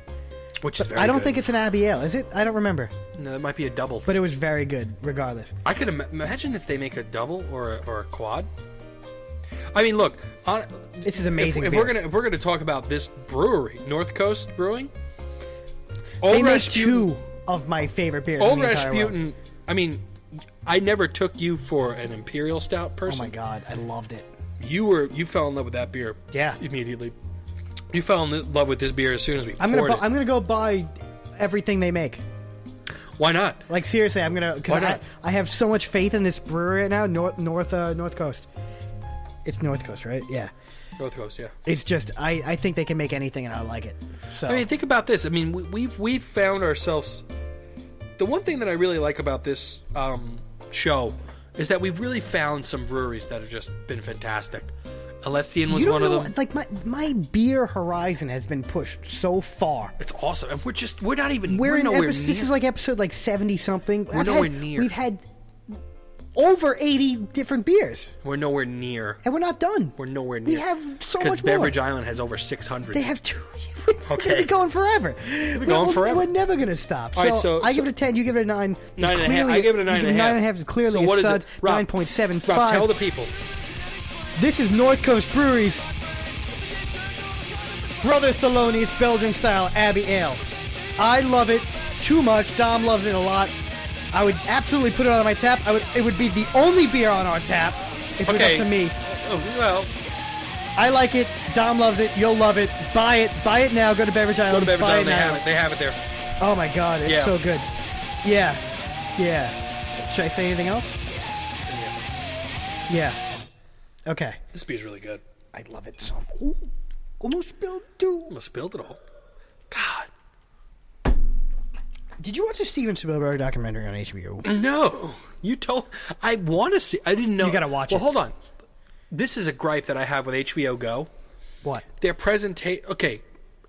Speaker 1: which is very.
Speaker 2: I don't
Speaker 1: good.
Speaker 2: think it's an Abbey Ale, is it? I don't remember.
Speaker 1: No, it might be a double.
Speaker 2: But it was very good, regardless.
Speaker 1: I could ima- imagine if they make a double or a, or a quad. I mean, look, on,
Speaker 2: This is
Speaker 1: if,
Speaker 2: amazing.
Speaker 1: if
Speaker 2: beer.
Speaker 1: we're gonna if we're gonna talk about this brewery, North Coast Brewing, Old
Speaker 2: they make
Speaker 1: Rasputin,
Speaker 2: two of my favorite beers. in
Speaker 1: Old
Speaker 2: the entire world.
Speaker 1: Rasputin. I mean, I never took you for an imperial stout
Speaker 2: Oh
Speaker 1: person.
Speaker 2: my god, I loved it.
Speaker 1: You were you fell in love with that beer.
Speaker 2: Yeah.
Speaker 1: immediately. You fell in love with this beer as soon as we
Speaker 2: I'm gonna
Speaker 1: poured
Speaker 2: bu-
Speaker 1: it.
Speaker 2: I'm gonna go buy everything they make.
Speaker 1: Why not?
Speaker 2: Like seriously, I'm gonna
Speaker 1: Why
Speaker 2: because I,
Speaker 1: not?
Speaker 2: I have so much faith in this brewery right now. North North uh, North Coast. It's North Coast, right? Yeah.
Speaker 1: North Coast, yeah.
Speaker 2: It's just I, I think they can make anything and I like it. So
Speaker 1: I mean, think about this. I mean, we, we've we've found ourselves. The one thing that I really like about this um, show is that we've really found some breweries that have just been fantastic. Alessian was
Speaker 2: you don't
Speaker 1: one
Speaker 2: know,
Speaker 1: of them.
Speaker 2: like my my beer horizon has been pushed so far.
Speaker 1: It's awesome, and we're just we're not even
Speaker 2: We're,
Speaker 1: we're,
Speaker 2: in
Speaker 1: nowhere
Speaker 2: episode,
Speaker 1: near.
Speaker 2: this is like episode like seventy something. We're
Speaker 1: nowhere near.
Speaker 2: We've had over eighty different beers,
Speaker 1: we're nowhere near.
Speaker 2: and we're not done.
Speaker 1: We're nowhere near.
Speaker 2: We have so
Speaker 1: because
Speaker 2: much
Speaker 1: Beverage
Speaker 2: more.
Speaker 1: Island has over six hundred.
Speaker 2: They have two. We're
Speaker 1: Okay.
Speaker 2: gonna be going forever. We're
Speaker 1: going forever.
Speaker 2: We're never gonna stop.
Speaker 1: All right,
Speaker 2: so,
Speaker 1: so-
Speaker 2: I
Speaker 1: so-
Speaker 2: give it a ten. You give it a nine.
Speaker 1: Nine and a half.
Speaker 2: Clearly-
Speaker 1: I give it a nine and
Speaker 2: you give
Speaker 1: a half.
Speaker 2: Nine and a half is clearly
Speaker 1: so
Speaker 2: a
Speaker 1: what is
Speaker 2: sud.
Speaker 1: it? Rob,
Speaker 2: nine point seven
Speaker 1: Rob,
Speaker 2: five.
Speaker 1: tell the people.
Speaker 2: This is North Coast Breweries. Brother Thelonious Belgian style Abbey Ale. I love it too much. Dom loves it a lot. I would absolutely put it on my tap. I would. It would be the only beer on our tap if
Speaker 1: Okay.
Speaker 2: it was up to me.
Speaker 1: Oh, well,
Speaker 2: I like it. Dom loves it. You'll love it. Buy it. Buy it now. Go to Beverage
Speaker 1: go
Speaker 2: Island.
Speaker 1: to Beverage
Speaker 2: buy
Speaker 1: Island.
Speaker 2: it
Speaker 1: They
Speaker 2: now.
Speaker 1: have it. They have it there.
Speaker 2: Oh my god, it's
Speaker 1: Yeah.
Speaker 2: so good. Yeah, yeah. Should I say anything else? Yeah. Okay.
Speaker 1: This beer's really good.
Speaker 2: I love it so. Ooh, almost spilled two.
Speaker 1: Almost spilled it all. God.
Speaker 2: Did you watch the Steven Spielberg documentary on HBO?
Speaker 1: No, you told. I want to see. I didn't know.
Speaker 2: You gotta watch
Speaker 1: well,
Speaker 2: it.
Speaker 1: hold on. This is a gripe that I have with HBO Go.
Speaker 2: what?
Speaker 1: Their presentation. Okay,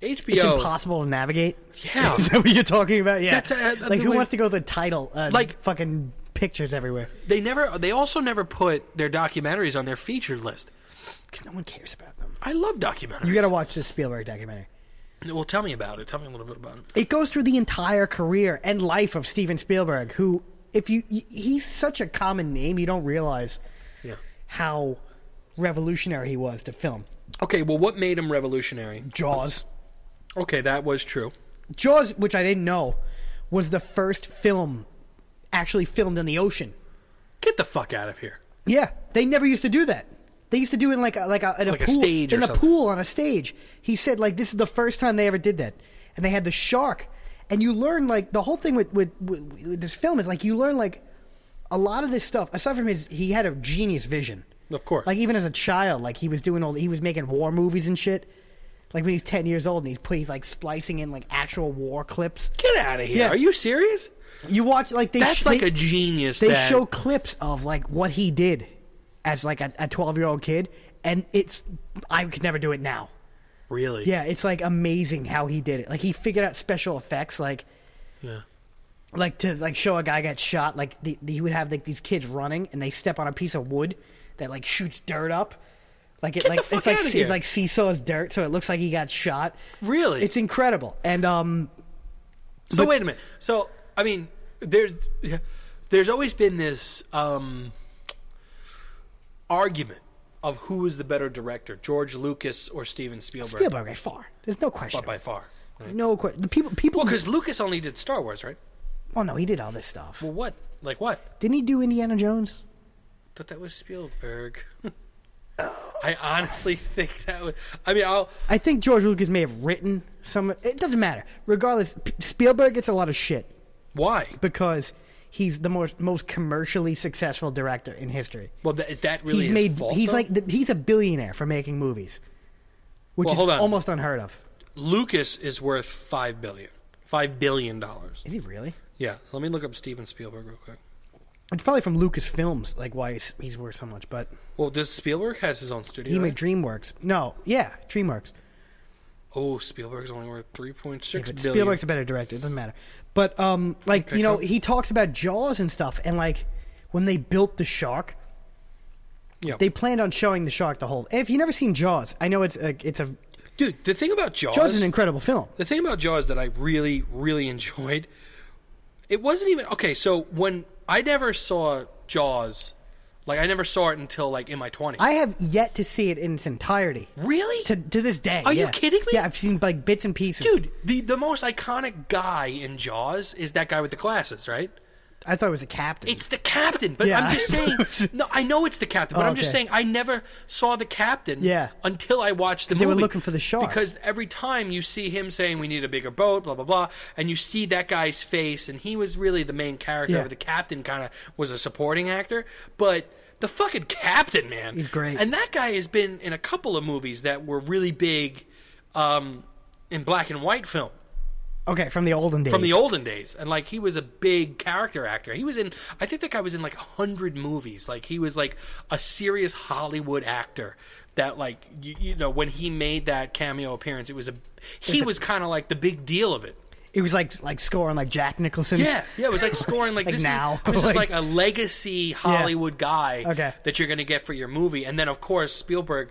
Speaker 1: HBO.
Speaker 2: It's impossible to navigate.
Speaker 1: Yeah.
Speaker 2: Is that what you're talking about? Yeah.
Speaker 1: That's, uh, uh,
Speaker 2: like, who
Speaker 1: like-
Speaker 2: wants to go to the title? Uh,
Speaker 1: Like-
Speaker 2: like fucking pictures everywhere.
Speaker 1: They never. They also never put their documentaries on their featured list.
Speaker 2: 'Cause no one cares about them.
Speaker 1: I love documentaries.
Speaker 2: You gotta watch the Spielberg documentary.
Speaker 1: well, tell me about it. Tell me a little bit about it.
Speaker 2: it goes through the entire career and life of Steven Spielberg, who, if you, y- he's such a common name, you don't realize
Speaker 1: Yeah.
Speaker 2: how revolutionary he was to film.
Speaker 1: Okay. Well, what made him revolutionary?
Speaker 2: Jaws.
Speaker 1: Okay, that was true.
Speaker 2: Jaws, which I didn't know, was the first film actually filmed in the ocean.
Speaker 1: Get the fuck out of here.
Speaker 2: Yeah, they never used to do that. They used to do it in like a, like a, in a
Speaker 1: Like a
Speaker 2: pool,
Speaker 1: stage or
Speaker 2: in a
Speaker 1: something.
Speaker 2: pool on a stage. He said like this is the first time they ever did that, and they had the shark. And you learn like the whole thing with with, with, with this film is like you learn like a lot of this stuff. Aside from his, he had a genius vision.
Speaker 1: Of course.
Speaker 2: Like even as a child, like he was doing all he was making war movies and shit. Like when he's ten years old and he's he's like splicing in like actual war clips.
Speaker 1: Get out of here.
Speaker 2: Yeah.
Speaker 1: Are you serious?
Speaker 2: You watch like they
Speaker 1: That's
Speaker 2: sh-
Speaker 1: like
Speaker 2: they-
Speaker 1: a genius.
Speaker 2: they
Speaker 1: that-
Speaker 2: show clips of like what he did as like a 12 year old kid and it's i could never do it now
Speaker 1: really.
Speaker 2: yeah it's like amazing how he did it like he figured out special effects like
Speaker 1: Yeah.
Speaker 2: like to like show a guy got shot like the, the, he would have like these kids running and they step on a piece of wood that like shoots dirt up like it
Speaker 1: Get the
Speaker 2: like
Speaker 1: fuck
Speaker 2: it's like
Speaker 1: outta
Speaker 2: see,
Speaker 1: here.
Speaker 2: it like seesaws dirt so it looks like he got shot
Speaker 1: Really?
Speaker 2: it's incredible and um
Speaker 1: So wait a minute. So I mean, there's there's always been this um, argument of who is the better director, George Lucas or Steven Spielberg,
Speaker 2: Spielberg by far there's no question
Speaker 1: by far. Right?
Speaker 2: no question the people people
Speaker 1: Well, because Lucas only did Star Wars, right?
Speaker 2: oh no he did all this stuff
Speaker 1: Well, what? Like what?
Speaker 2: Didn't he do Indiana Jones?
Speaker 1: Thought that was Spielberg. I honestly think that would. I mean, I'll.
Speaker 2: I think George Lucas may have written some. It doesn't matter. Regardless, P- Spielberg gets a lot of shit
Speaker 1: Why?
Speaker 2: because he's the most most commercially successful director in history.
Speaker 1: Well, that, is that really
Speaker 2: he's
Speaker 1: his
Speaker 2: made.
Speaker 1: fault?
Speaker 2: he's
Speaker 1: though?
Speaker 2: like the, he's a billionaire for making movies, which
Speaker 1: Well,
Speaker 2: is
Speaker 1: hold on.
Speaker 2: almost unheard of.
Speaker 1: Lucas is worth five billion. Five billion dollars.
Speaker 2: Is he really?
Speaker 1: Yeah. Let me look up Steven Spielberg real quick.
Speaker 2: It's probably from Lucas Films, like why he's, he's worth so much. But
Speaker 1: Well, does Spielberg has his own studio?
Speaker 2: he
Speaker 1: right?
Speaker 2: made DreamWorks. No, yeah, DreamWorks.
Speaker 1: Oh, Spielberg's only worth three point six
Speaker 2: But
Speaker 1: billion.
Speaker 2: Spielberg's a better director. It doesn't matter. But um, like you know,
Speaker 1: cool.
Speaker 2: he talks about Jaws and stuff, and like when they built the shark,
Speaker 1: yeah.
Speaker 2: they planned on showing the shark the whole. And if you've never seen Jaws, I know it's a it's a
Speaker 1: Dude, the thing about Jaws,
Speaker 2: Jaws is an incredible film.
Speaker 1: the thing about Jaws that I really, really enjoyed, it wasn't even okay. So when I never saw Jaws, like I never saw it until like in my twenties.
Speaker 2: I have yet to see it in its entirety.
Speaker 1: really,
Speaker 2: To, to this day.
Speaker 1: Are you
Speaker 2: yeah.
Speaker 1: kidding me?
Speaker 2: Yeah, I've seen like bits and pieces.
Speaker 1: dude, the the most iconic guy in Jaws is that guy with the glasses, right?
Speaker 2: I thought it was a captain.
Speaker 1: It's the captain, but
Speaker 2: Yeah.
Speaker 1: I'm just saying. No, I know it's the captain, but
Speaker 2: Oh,
Speaker 1: I'm just
Speaker 2: okay.
Speaker 1: saying I never saw the captain
Speaker 2: Yeah.
Speaker 1: until I watched the
Speaker 2: they
Speaker 1: movie.
Speaker 2: were looking for the shark.
Speaker 1: Because every time you see him saying, we need a bigger boat, blah, blah, blah, and you see that guy's face, and he was really the main character
Speaker 2: Yeah.
Speaker 1: of it. The captain kind of was a supporting actor, but. The fucking captain, man.
Speaker 2: He's great.
Speaker 1: And that guy has been in a couple of movies that were really big um, in black and white film
Speaker 2: okay, from the olden days.
Speaker 1: from the olden days and like he was a big character actor he was in i think that guy was in like a 100 movies like he was like a serious hollywood actor that like you, you know when he made that cameo appearance it was a he was kind of like the big deal of it
Speaker 2: It was like like scoring like Jack Nicholson.
Speaker 1: yeah yeah it was like scoring like,
Speaker 2: Like
Speaker 1: this
Speaker 2: now.
Speaker 1: is this is
Speaker 2: Like-
Speaker 1: like a legacy hollywood guy
Speaker 2: Okay.
Speaker 1: that you're gonna get for your movie and then of course spielberg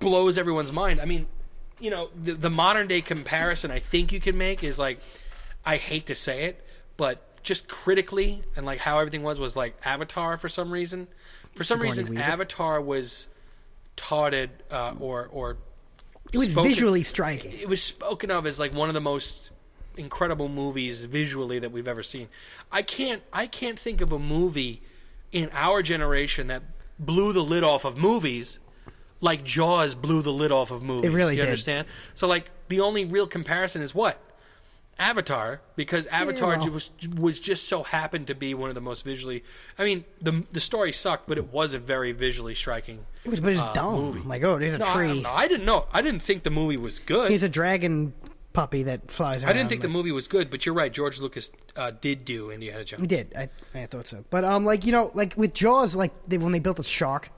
Speaker 1: blows everyone's mind i mean you know the, the modern day comparison i think you can make is like i hate to say it but just critically and like how everything was was like avatar for some reason for some
Speaker 2: Sigourney
Speaker 1: reason
Speaker 2: Weaver.
Speaker 1: avatar was touted uh, or or
Speaker 2: It was
Speaker 1: spoken-
Speaker 2: visually striking.
Speaker 1: it was spoken of as like one of the most incredible movies visually that we've ever seen. I can't I can't think of a movie in our generation that blew the lid off of movies like Jaws blew the lid off of movies.
Speaker 2: It really
Speaker 1: you
Speaker 2: did.
Speaker 1: understand? So like the only real comparison is what? Avatar because Avatar
Speaker 2: well.
Speaker 1: was was just so happened to be one of the most visually I mean the the story sucked but it was a very visually striking
Speaker 2: It was, but it's
Speaker 1: uh,
Speaker 2: dumb.
Speaker 1: movie.
Speaker 2: Like, oh, there's a
Speaker 1: No, I-
Speaker 2: tree.
Speaker 1: I, didn't know. I didn't think the movie was good.
Speaker 2: He's a dragon puppy that flies around.
Speaker 1: I didn't think the movie was good, but you're right. George Lucas uh, did do Indiana
Speaker 2: He
Speaker 1: Jones.
Speaker 2: did. I, I thought so. But um, like you know, like with Jaws, like they, when they built the shark,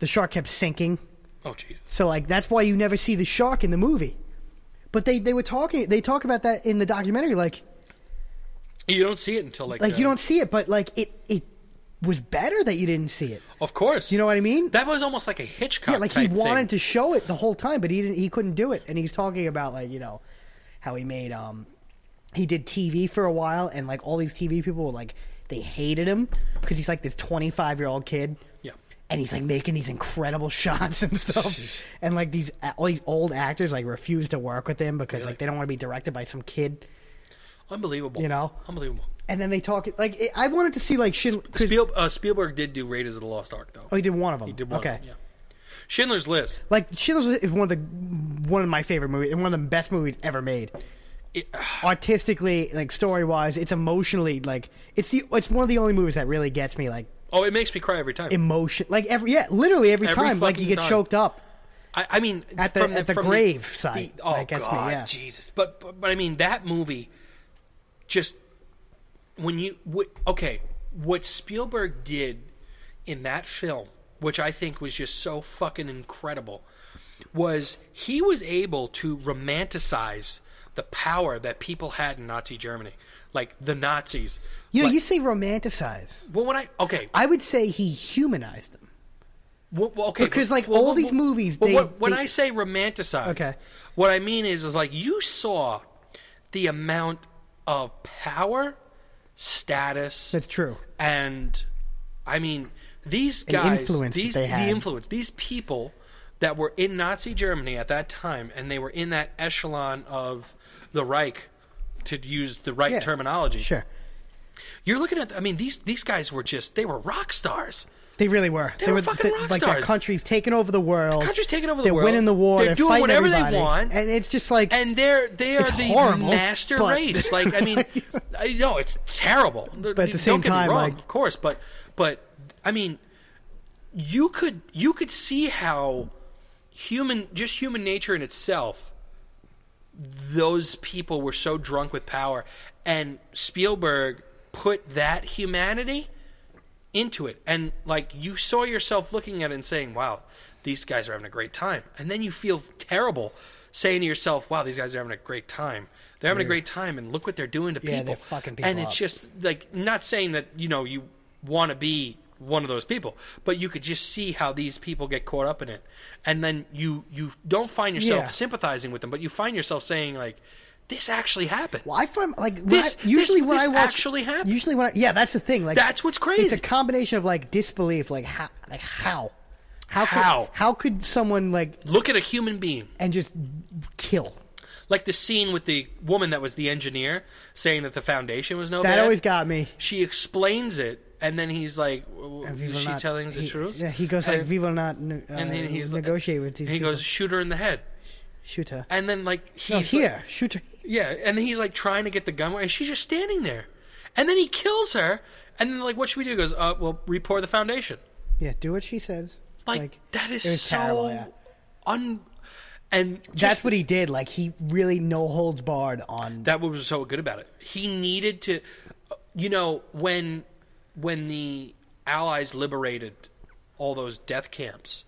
Speaker 2: the shark kept sinking.
Speaker 1: Oh, jeez.
Speaker 2: So like that's why you never see the shark in the movie. But they they were talking. They talk about that in the documentary. Like
Speaker 1: You don't see it until like
Speaker 2: like
Speaker 1: the-
Speaker 2: you don't see it, but like it it was better that you didn't see it.
Speaker 1: Of course,
Speaker 2: You know what I mean?
Speaker 1: that was almost like a Hitchcock.
Speaker 2: yeah, like he wanted to show it the whole time, but he didn't. He couldn't do it, and he's talking about like you know how he made um he did TV for a while, and like all these TV people were like they hated him because he's like this twenty five year old kid.
Speaker 1: Yeah.
Speaker 2: And he's like making these incredible shots and stuff, and like these all these old actors like refuse to work with him because like they don't want to be directed by some kid,
Speaker 1: Unbelievable.
Speaker 2: you know.
Speaker 1: Unbelievable.
Speaker 2: And then they talk like it, I wanted to see like Schind- Chris-
Speaker 1: Spiel, uh, Spielberg did do Raiders of the Lost Ark, though.
Speaker 2: oh he did one of them.
Speaker 1: He did one.
Speaker 2: okay,
Speaker 1: Yeah. Schindler's List.
Speaker 2: like Schindler's List is one of the one of my favorite movies and one of the best movies ever made.
Speaker 1: It,
Speaker 2: artistically, like story wise, it's emotionally like it's the it's one of the only movies that really gets me like
Speaker 1: oh, it makes me cry every time.
Speaker 2: emotion. Like every yeah, literally every,
Speaker 1: Every
Speaker 2: time, like you
Speaker 1: fucking
Speaker 2: get
Speaker 1: time.
Speaker 2: choked up.
Speaker 1: I, I mean,
Speaker 2: At the-
Speaker 1: from
Speaker 2: at the
Speaker 1: from
Speaker 2: grave site,
Speaker 1: oh
Speaker 2: that gets me,
Speaker 1: God,
Speaker 2: yeah.
Speaker 1: Jesus! But, but but I mean, that movie, just when you wh- okay, what Spielberg did in that film, which I think was just so fucking incredible, was he was able to romanticize the power that people had in Nazi Germany, like the Nazis.
Speaker 2: You know,
Speaker 1: Like,
Speaker 2: you say romanticize.
Speaker 1: well, when I okay,
Speaker 2: I would say he humanized them.
Speaker 1: Well, well, okay,
Speaker 2: Because,
Speaker 1: but-
Speaker 2: like,
Speaker 1: well,
Speaker 2: all
Speaker 1: well,
Speaker 2: these
Speaker 1: well,
Speaker 2: movies,
Speaker 1: well,
Speaker 2: they-
Speaker 1: what- when
Speaker 2: they-
Speaker 1: I say romanticized,
Speaker 2: Okay.
Speaker 1: what I mean is, is like you saw the amount of power, status,
Speaker 2: That's true.
Speaker 1: and I mean these guys,
Speaker 2: influence that
Speaker 1: these
Speaker 2: they had.
Speaker 1: the influence, these people that were in Nazi Germany at that time, and they were in that echelon of the Reich, to use the right
Speaker 2: Yeah.
Speaker 1: terminology.
Speaker 2: Sure,
Speaker 1: You're looking at, I mean, these these guys were just they were rock stars.
Speaker 2: they really were.
Speaker 1: They were fucking
Speaker 2: the-
Speaker 1: rock
Speaker 2: like their
Speaker 1: stars.
Speaker 2: country's taking over the world.
Speaker 1: country's taking over the
Speaker 2: they're
Speaker 1: world.
Speaker 2: winning the war.
Speaker 1: They're doing
Speaker 2: fighting
Speaker 1: whatever they
Speaker 2: everybody.
Speaker 1: want.
Speaker 2: and it's just like
Speaker 1: and they're they are
Speaker 2: It's
Speaker 1: the
Speaker 2: horrible,
Speaker 1: master
Speaker 2: but-
Speaker 1: race. Like I mean, I know it's terrible.
Speaker 2: the same
Speaker 1: don't get
Speaker 2: time,
Speaker 1: me wrong,
Speaker 2: like-
Speaker 1: of course, but but I mean, you could you could see how human just human nature in itself. Those people were so drunk with power, and Spielberg put that humanity into it and like you saw yourself looking at it and saying wow these guys are having a great time and then you feel terrible saying to yourself wow these guys are having a great time they're having a great time and look what they're doing to
Speaker 2: Yeah,
Speaker 1: people
Speaker 2: they're fucking people
Speaker 1: and it's
Speaker 2: up.
Speaker 1: just like not saying that you know you want to be one of those people, but you could just see how these people get caught up in it, and then you you don't find yourself
Speaker 2: Yeah.
Speaker 1: sympathizing with them, but you find yourself saying like, "This actually happened."
Speaker 2: Well, I find like when
Speaker 1: This-
Speaker 2: I, usually
Speaker 1: this-
Speaker 2: when
Speaker 1: this
Speaker 2: I watch
Speaker 1: actually happened.
Speaker 2: Usually when I, yeah, that's the thing. Like
Speaker 1: That's what's
Speaker 2: It's
Speaker 1: crazy.
Speaker 2: a combination of like disbelief, like how, like how, how,
Speaker 1: How?
Speaker 2: could, how could someone like
Speaker 1: Look at a human being,
Speaker 2: and just kill?
Speaker 1: like the scene with the woman that was the engineer saying that the foundation was no.
Speaker 2: That
Speaker 1: bad.
Speaker 2: always got me.
Speaker 1: She explains it, and then he's like, w-
Speaker 2: And
Speaker 1: w-
Speaker 2: we
Speaker 1: "Is
Speaker 2: will
Speaker 1: she
Speaker 2: not-
Speaker 1: telling the
Speaker 2: he-
Speaker 1: truth?"
Speaker 2: Yeah, he goes like,
Speaker 1: And-
Speaker 2: "We will not ne- uh,
Speaker 1: and then he's like-
Speaker 2: negotiate with these."
Speaker 1: He
Speaker 2: people.
Speaker 1: goes, "Shoot her in the head,"
Speaker 2: "Shoot her."
Speaker 1: and then like he's
Speaker 2: No,
Speaker 1: like-
Speaker 2: here, shoot her.
Speaker 1: Yeah, and then he's like trying to get the gun, and she's just standing there. And then he kills her, and then like, what should we do? He goes, uh, well, repour the foundation.
Speaker 2: Yeah, do what she says.
Speaker 1: Like, that is
Speaker 2: it was
Speaker 1: so
Speaker 2: terrible, yeah.
Speaker 1: un. And
Speaker 2: that's
Speaker 1: just,
Speaker 2: what he did. Like he really no holds barred on.
Speaker 1: that was so good about it. He needed to, you know, when when the Allies liberated all those death camps,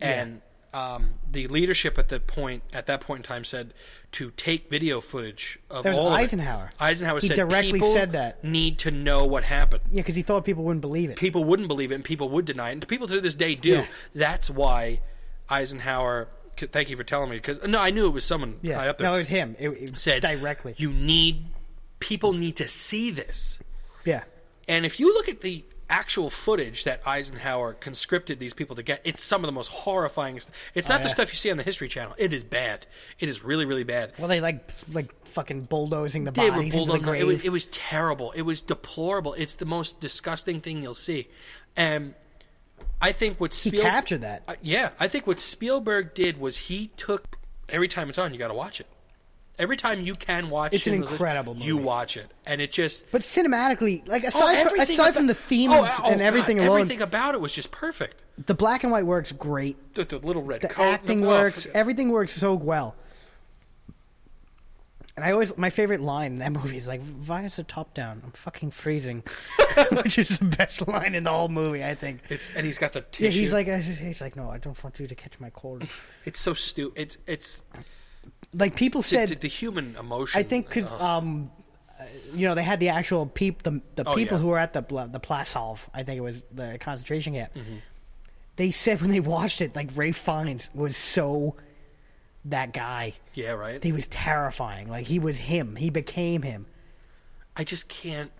Speaker 1: and um, the leadership at the point at that point in time said to take video footage of
Speaker 2: That was
Speaker 1: all of it.
Speaker 2: Eisenhower.
Speaker 1: Eisenhower
Speaker 2: He
Speaker 1: said
Speaker 2: directly
Speaker 1: "People
Speaker 2: said that."
Speaker 1: need to know what happened.
Speaker 2: yeah, because he thought people wouldn't believe it.
Speaker 1: people wouldn't believe it and people would deny it and people to this day do
Speaker 2: Yeah.
Speaker 1: that's why eisenhower c- thank you for telling me because no i knew it was someone
Speaker 2: Yeah,
Speaker 1: high up there
Speaker 2: no, it was him. It, it
Speaker 1: said
Speaker 2: directly.
Speaker 1: you need people need to see this
Speaker 2: yeah,
Speaker 1: and if you look at the actual footage that eisenhower conscripted these people to get it's some of the most horrifying st- it's not the
Speaker 2: Oh, yeah.
Speaker 1: stuff you see on the history channel it is bad it is really really bad
Speaker 2: Well, they like like fucking bulldozing the
Speaker 1: they were
Speaker 2: bodies into the
Speaker 1: bulldozing-
Speaker 2: grave.
Speaker 1: It was, it was terrible. It was deplorable. It's the most disgusting thing you'll see. And I think what
Speaker 2: he
Speaker 1: Spiel-
Speaker 2: captured that.
Speaker 1: I- Uh, yeah, I think what Spielberg did was he took every time it's on, you got to watch it. Every time you can watch,
Speaker 2: It's an
Speaker 1: Schindler's List,
Speaker 2: incredible movie.
Speaker 1: You watch it, and it just
Speaker 2: but cinematically, like
Speaker 1: Oh,
Speaker 2: aside from,
Speaker 1: everything
Speaker 2: aside
Speaker 1: about-
Speaker 2: from the theme
Speaker 1: oh,
Speaker 2: and-
Speaker 1: oh, God,
Speaker 2: and everything alone,
Speaker 1: everything about it was just perfect.
Speaker 2: the black and white works great.
Speaker 1: The, the little red
Speaker 2: The
Speaker 1: coat, and
Speaker 2: acting
Speaker 1: oh,
Speaker 2: works.
Speaker 1: forget-
Speaker 2: Everything works so well. And I always my favorite line in that movie is like, "Why is the top down? I'm fucking freezing," which is the best line in the whole movie, I think.
Speaker 1: It's, and he's got the tissue.
Speaker 2: Yeah, he's like, uh, he's like, "No, I don't want you to catch my cold."
Speaker 1: it's so stupid. It's it's
Speaker 2: Like people
Speaker 1: the,
Speaker 2: said,
Speaker 1: the, human emotion.
Speaker 2: I think because
Speaker 1: uh,
Speaker 2: um, uh, you know they had the actual peop the the
Speaker 1: Oh,
Speaker 2: people
Speaker 1: yeah.
Speaker 2: who were at the Pla- the Plasov, I think it was the concentration camp.
Speaker 1: Mm-hmm.
Speaker 2: They said when they watched it, like Ray Fiennes was so that guy.
Speaker 1: yeah, right.
Speaker 2: He was terrifying. Like he was him. He became him.
Speaker 1: I just can't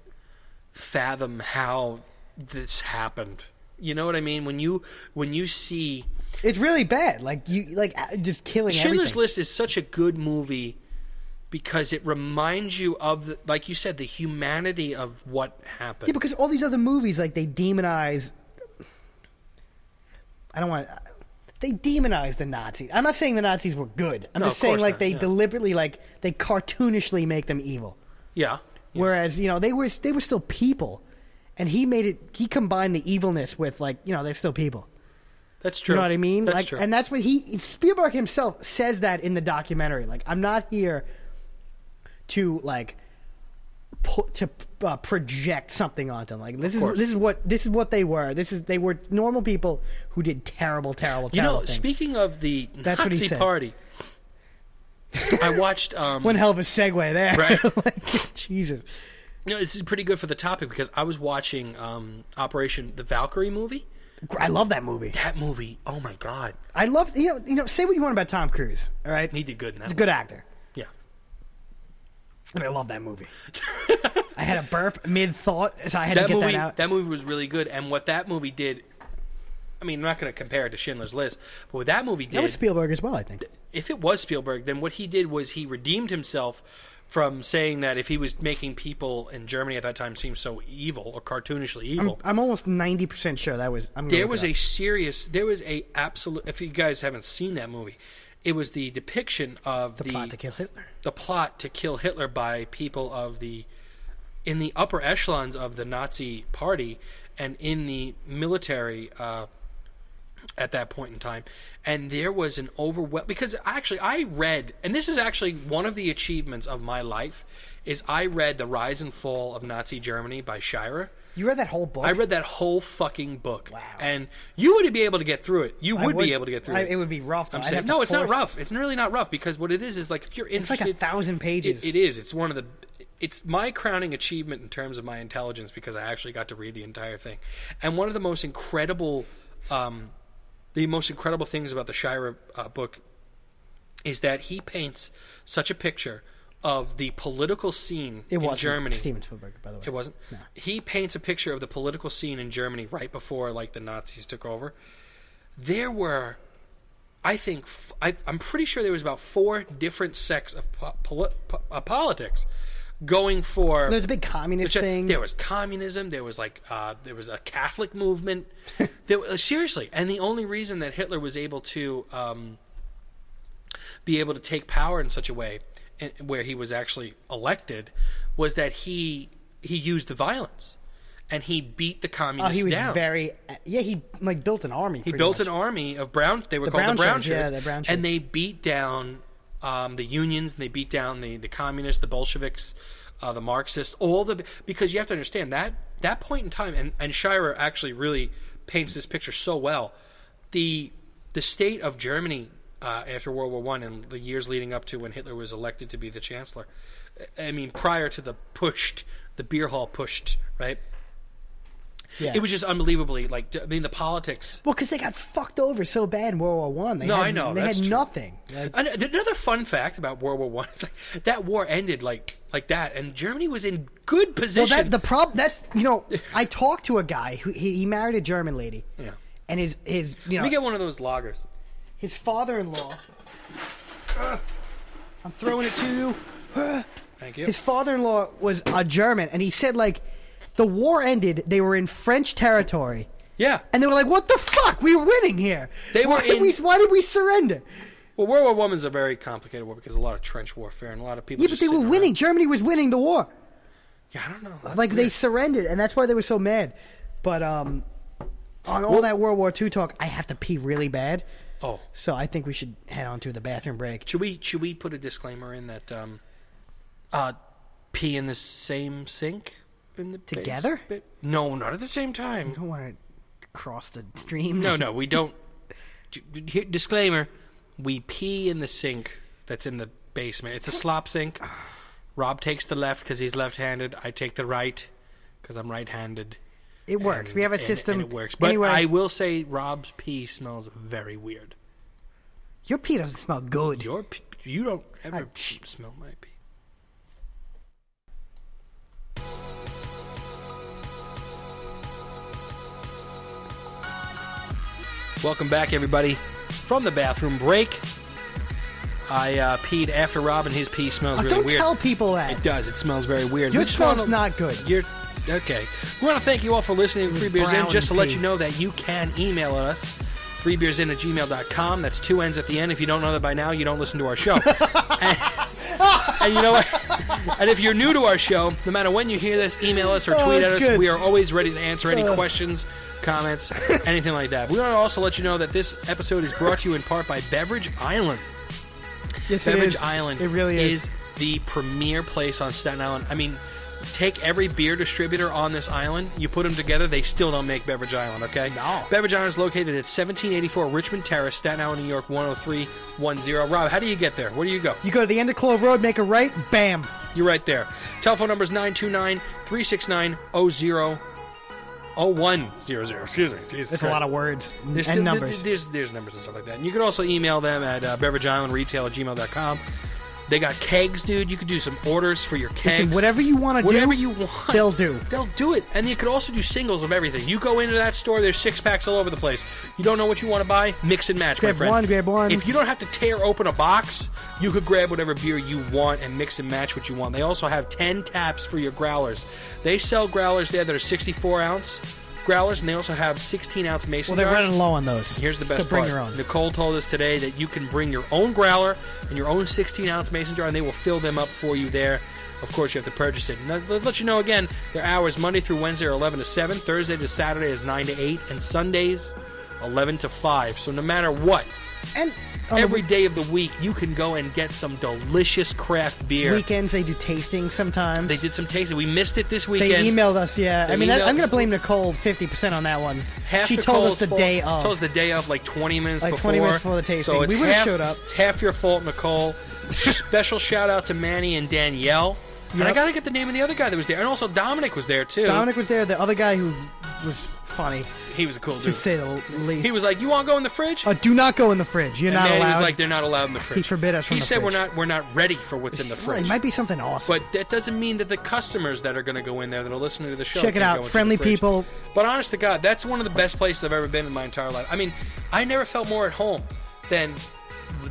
Speaker 1: fathom how this happened. You know what I mean? When you when you see
Speaker 2: It's really bad. Like you, like uh, just killing.
Speaker 1: Schindler's
Speaker 2: everything.
Speaker 1: List is such a good movie because it reminds you of the, like you said the humanity of what happened.
Speaker 2: Yeah, because all these other movies, like they demonize. I don't want. to... They demonize the Nazis. I'm not saying the Nazis were good. I'm
Speaker 1: No,
Speaker 2: just
Speaker 1: of
Speaker 2: saying
Speaker 1: course
Speaker 2: like
Speaker 1: not,
Speaker 2: they
Speaker 1: yeah.
Speaker 2: deliberately, like they cartoonishly make them evil.
Speaker 1: yeah.
Speaker 2: Whereas you know they were they were still people, and he made it. He combined the evilness with like you know they're still people.
Speaker 1: That's true.
Speaker 2: You know what I mean?
Speaker 1: That's
Speaker 2: like,
Speaker 1: true.
Speaker 2: and that's what he Spielberg himself says that in the documentary. Like, I'm not here to like pu- to uh, project something onto them. Like, this is
Speaker 1: course.
Speaker 2: this is what this is what they were. This is they were normal people who did terrible, terrible, terrible
Speaker 1: you know,
Speaker 2: things.
Speaker 1: speaking of the
Speaker 2: That's what he
Speaker 1: Nazi
Speaker 2: said.
Speaker 1: Party, I watched. Um,
Speaker 2: One hell of a segue there.
Speaker 1: Right.
Speaker 2: like, Jesus.
Speaker 1: you know, this is pretty good for the topic because I was watching um, Operation the Valkyrie movie.
Speaker 2: I love that movie.
Speaker 1: That movie, oh my god,
Speaker 2: I love you know you know say what you want about Tom Cruise. All right,
Speaker 1: he
Speaker 2: he's
Speaker 1: did good in that.
Speaker 2: a
Speaker 1: one.
Speaker 2: good actor.
Speaker 1: Yeah.
Speaker 2: And I love that movie. I had a burp mid thought, so I had to
Speaker 1: that
Speaker 2: get
Speaker 1: movie
Speaker 2: that out.
Speaker 1: movie was really good and what that movie did I mean, I'm not going to compare it to Schindler's List, but what that movie did,
Speaker 2: that was Spielberg as well, I think.
Speaker 1: if it was Spielberg, then what he did was he redeemed himself from saying that if he was making people in Germany at that time seem so evil or cartoonishly evil.
Speaker 2: I'm almost ninety percent sure that was. I'm gonna
Speaker 1: there
Speaker 2: look
Speaker 1: was
Speaker 2: it
Speaker 1: a serious, there was a absolute, if you guys haven't seen that movie, it was the depiction of the,
Speaker 2: up. plot to kill Hitler.
Speaker 1: the plot to kill Hitler by people of the in the upper echelons of the Nazi party and in the military uh, at that point in time. And there was an overwhelm because actually I read, and this is actually one of the achievements of my life, is I read The Rise and Fall of Nazi Germany by Shirer.
Speaker 2: You read that whole book.
Speaker 1: I read that whole fucking book.
Speaker 2: Wow.
Speaker 1: And you would be able to get through it. You
Speaker 2: I
Speaker 1: would, be able to get through
Speaker 2: I-
Speaker 1: it.
Speaker 2: It would be rough. Though.
Speaker 1: I'm
Speaker 2: I'd
Speaker 1: saying,
Speaker 2: have to
Speaker 1: no, it's not
Speaker 2: force-
Speaker 1: rough. It's really not rough because what it is is like if you're
Speaker 2: It's like
Speaker 1: interested,
Speaker 2: a thousand pages.
Speaker 1: It, it is. It's one of the. It's my crowning achievement in terms of my intelligence because I actually got to read the entire thing, and one of the most incredible, um, the most incredible things about the Shira uh, book is that he paints such a picture of the political scene
Speaker 2: It
Speaker 1: in
Speaker 2: wasn't
Speaker 1: Germany.
Speaker 2: Steven Spielberg, by the way.
Speaker 1: It wasn't. He paints a picture of the political scene in Germany right before like the Nazis took over. There were, I think, f- I, am pretty sure there was about four different sects of po- poli- po- uh, politics going for.
Speaker 2: There's a big communist
Speaker 1: Which, uh,
Speaker 2: thing.
Speaker 1: There was communism. There was like uh, there was a Catholic movement. there, was- seriously, and the only reason that Hitler was able to um, be able to take power in such a way, and, where he was actually elected, was that he he used the violence, and he beat the
Speaker 2: Oh,
Speaker 1: communists
Speaker 2: he was
Speaker 1: down.
Speaker 2: very. Yeah, he like built an army.
Speaker 1: he built an army of brown. They were called
Speaker 2: brown
Speaker 1: the brown
Speaker 2: shirts, yeah,
Speaker 1: shirts,
Speaker 2: the brown shirts.
Speaker 1: and they beat down um, the unions, and they beat down the, the communists, the Bolsheviks, uh, the Marxists, all the because you have to understand that that point in time, and and Shirer actually really paints this picture so well. The the state of Germany uh, after World War One and the years leading up to when Hitler was elected to be the chancellor. I mean, prior to the pushed the beer hall pushed right.
Speaker 2: Yeah.
Speaker 1: It was just unbelievably like I mean the politics
Speaker 2: Well, because they got fucked over so bad in World War One. They
Speaker 1: No,
Speaker 2: had,
Speaker 1: I know,
Speaker 2: They
Speaker 1: that's
Speaker 2: had
Speaker 1: true.
Speaker 2: nothing. Like,
Speaker 1: An- Another fun fact about World War One: like, that war ended like like that, and Germany was in good
Speaker 2: well,
Speaker 1: position.
Speaker 2: that the problem. That's you know, I talked to a guy who he, he married a German lady.
Speaker 1: Yeah.
Speaker 2: And his his you
Speaker 1: Let me
Speaker 2: know
Speaker 1: get one of those loggers.
Speaker 2: his father-in-law. Ugh. I'm throwing it to you.
Speaker 1: Thank you.
Speaker 2: His father-in-law was a German, and he said like, the war ended. They were in French territory.
Speaker 1: yeah.
Speaker 2: And they were like, "What the fuck? We were winning here.
Speaker 1: They were
Speaker 2: why did
Speaker 1: in-
Speaker 2: we, why did we surrender?
Speaker 1: well, World War One was a very complicated war because a lot of trench warfare and a lot of people.
Speaker 2: Yeah, but
Speaker 1: just
Speaker 2: they were
Speaker 1: sitting
Speaker 2: winning.
Speaker 1: around.
Speaker 2: Germany was winning the war.
Speaker 1: Yeah, I don't know. That's
Speaker 2: Like they
Speaker 1: weird.
Speaker 2: surrendered, and that's why they were so mad. But um, on all that World War II talk, I have to pee really bad,
Speaker 1: Oh,
Speaker 2: so I think we should head on to the bathroom break.
Speaker 1: should we should we put a disclaimer in that um, uh, pee in the same sink in the bas-
Speaker 2: Together?
Speaker 1: ba- No, not at the same time.
Speaker 2: I don't want to cross the streams.
Speaker 1: No, no, we don't. d- d- here- Disclaimer: We pee in the sink that's in the basement. It's a slop sink. Rob takes the left because he's left-handed. I take the right because I'm right-handed.
Speaker 2: it works.
Speaker 1: And-
Speaker 2: we have a
Speaker 1: and-
Speaker 2: system.
Speaker 1: And it works. But
Speaker 2: anyway,
Speaker 1: I will say Rob's pee smells very weird.
Speaker 2: your pee doesn't smell good.
Speaker 1: Your pee, you don't ever
Speaker 2: I- shh.
Speaker 1: smell my pee. Welcome back, everybody, from the bathroom break. I uh, peed after Rob, and his pee smells
Speaker 2: Oh,
Speaker 1: really
Speaker 2: don't
Speaker 1: weird.
Speaker 2: tell people that.
Speaker 1: It does. It smells very weird.
Speaker 2: Your
Speaker 1: We just
Speaker 2: smell's
Speaker 1: wanna-
Speaker 2: not good.
Speaker 1: You're okay. We want to thank you all for listening to Free Beers In.
Speaker 2: brown
Speaker 1: Just to let
Speaker 2: pee.
Speaker 1: you know that you can email us. Freebeersin at gmail.com. That's two N's at the end. If you don't know that by now, you don't listen to our show. and, and you know what? And if you're new to our show, no matter when you hear this, email us or
Speaker 2: Oh,
Speaker 1: tweet at
Speaker 2: that's
Speaker 1: us.
Speaker 2: good. Uh.
Speaker 1: We are always ready to answer any
Speaker 2: Ugh.
Speaker 1: questions, comments, anything like that. We want to also let you know that this episode is brought to you in part by Beverage Island.
Speaker 2: Yes, it
Speaker 1: Beverage
Speaker 2: is.
Speaker 1: Island
Speaker 2: It really is.
Speaker 1: the premier place on Staten Island. I mean, take every beer distributor on this island, you put them together, they still don't make Beverage Island, okay?
Speaker 2: No.
Speaker 1: Beverage Island is located at 1784 Richmond Terrace, Staten Island, New York 10310. Rob, how do you get there? Where do you go?
Speaker 2: You go to the end of Clove Road, make a right, bam.
Speaker 1: You're right there. Telephone number is 929 369 0100. Excuse me. Jesus
Speaker 2: That's a
Speaker 1: Christ.
Speaker 2: lot of words
Speaker 1: There's,
Speaker 2: and
Speaker 1: still-
Speaker 2: numbers.
Speaker 1: There's, there's numbers and stuff like that. And you can also email them at uh, beverageislandretail at gmail.com. They got kegs, dude. You could do some orders for your kegs.
Speaker 2: Listen, whatever you want to do,
Speaker 1: Whatever you want.
Speaker 2: they'll do.
Speaker 1: They'll do it. And you could also do singles of everything. You go into that store, there's six packs all over the place. You don't know what you want to buy? Mix and match, my
Speaker 2: Grab
Speaker 1: friend.
Speaker 2: one, grab one.
Speaker 1: If you don't have to tear open a box, you could grab whatever beer you want and mix and match what you want. They also have 10 taps for your growlers. They sell growlers there that are 64 ounce growlers, and they also have 16 ounce mason
Speaker 2: Well, they're
Speaker 1: jars.
Speaker 2: running low on those.
Speaker 1: Here's the best
Speaker 2: So bring
Speaker 1: part.
Speaker 2: your own.
Speaker 1: Nicole told us today that you can bring your own growler and your own 16 ounce mason jar, and they will fill them up for you there. Of course, you have to purchase it. And let- let let you know again, their hours Monday through Wednesday are 11 to 7, Thursday to Saturday is 9 to 8, and Sundays 11 to 5. So no matter what,
Speaker 2: And on
Speaker 1: every
Speaker 2: the
Speaker 1: day of the week, you can go and get some delicious craft beer.
Speaker 2: weekends they do tastings sometimes.
Speaker 1: They did some tasting. We missed it this
Speaker 2: They
Speaker 1: weekend.
Speaker 2: emailed us, yeah.
Speaker 1: They
Speaker 2: I mean, that,
Speaker 1: emailed-
Speaker 2: I'm gonna blame Nicole fifty percent on that one.
Speaker 1: Half
Speaker 2: she
Speaker 1: the
Speaker 2: told
Speaker 1: Nicole's
Speaker 2: us the
Speaker 1: fault.
Speaker 2: day of.
Speaker 1: Told us the day of, like 20 minutes
Speaker 2: Like,
Speaker 1: before.
Speaker 2: 20 minutes before the tasting.
Speaker 1: So it's
Speaker 2: We would've
Speaker 1: half-
Speaker 2: showed up.
Speaker 1: It's half your fault, Nicole. Special shout out to Manny and Danielle. And I
Speaker 2: Yep.
Speaker 1: got to get the name of the other guy that was there. And also Dominic was there, too.
Speaker 2: Dominic was there. The other guy who was funny,
Speaker 1: He was a cool
Speaker 2: to
Speaker 1: dude.
Speaker 2: say the least.
Speaker 1: He was like, "You want to go in the fridge?"
Speaker 2: Uh, do not go in the fridge. You're
Speaker 1: and
Speaker 2: not
Speaker 1: Manny
Speaker 2: allowed.
Speaker 1: was like, "They're not allowed in the fridge."
Speaker 2: forbid us from
Speaker 1: He
Speaker 2: the
Speaker 1: said, "We're
Speaker 2: fridge."
Speaker 1: not, we're not ready for what's in the
Speaker 2: Well,
Speaker 1: fridge."
Speaker 2: it might be something awesome.
Speaker 1: But that doesn't mean that the customers that are going to go in there, that are listening to the show,
Speaker 2: Check it
Speaker 1: can't
Speaker 2: out.
Speaker 1: go into
Speaker 2: Friendly
Speaker 1: the fridge.
Speaker 2: people.
Speaker 1: But honest to God, that's one of the best places I've ever been in my entire life. I mean, I never felt more at home than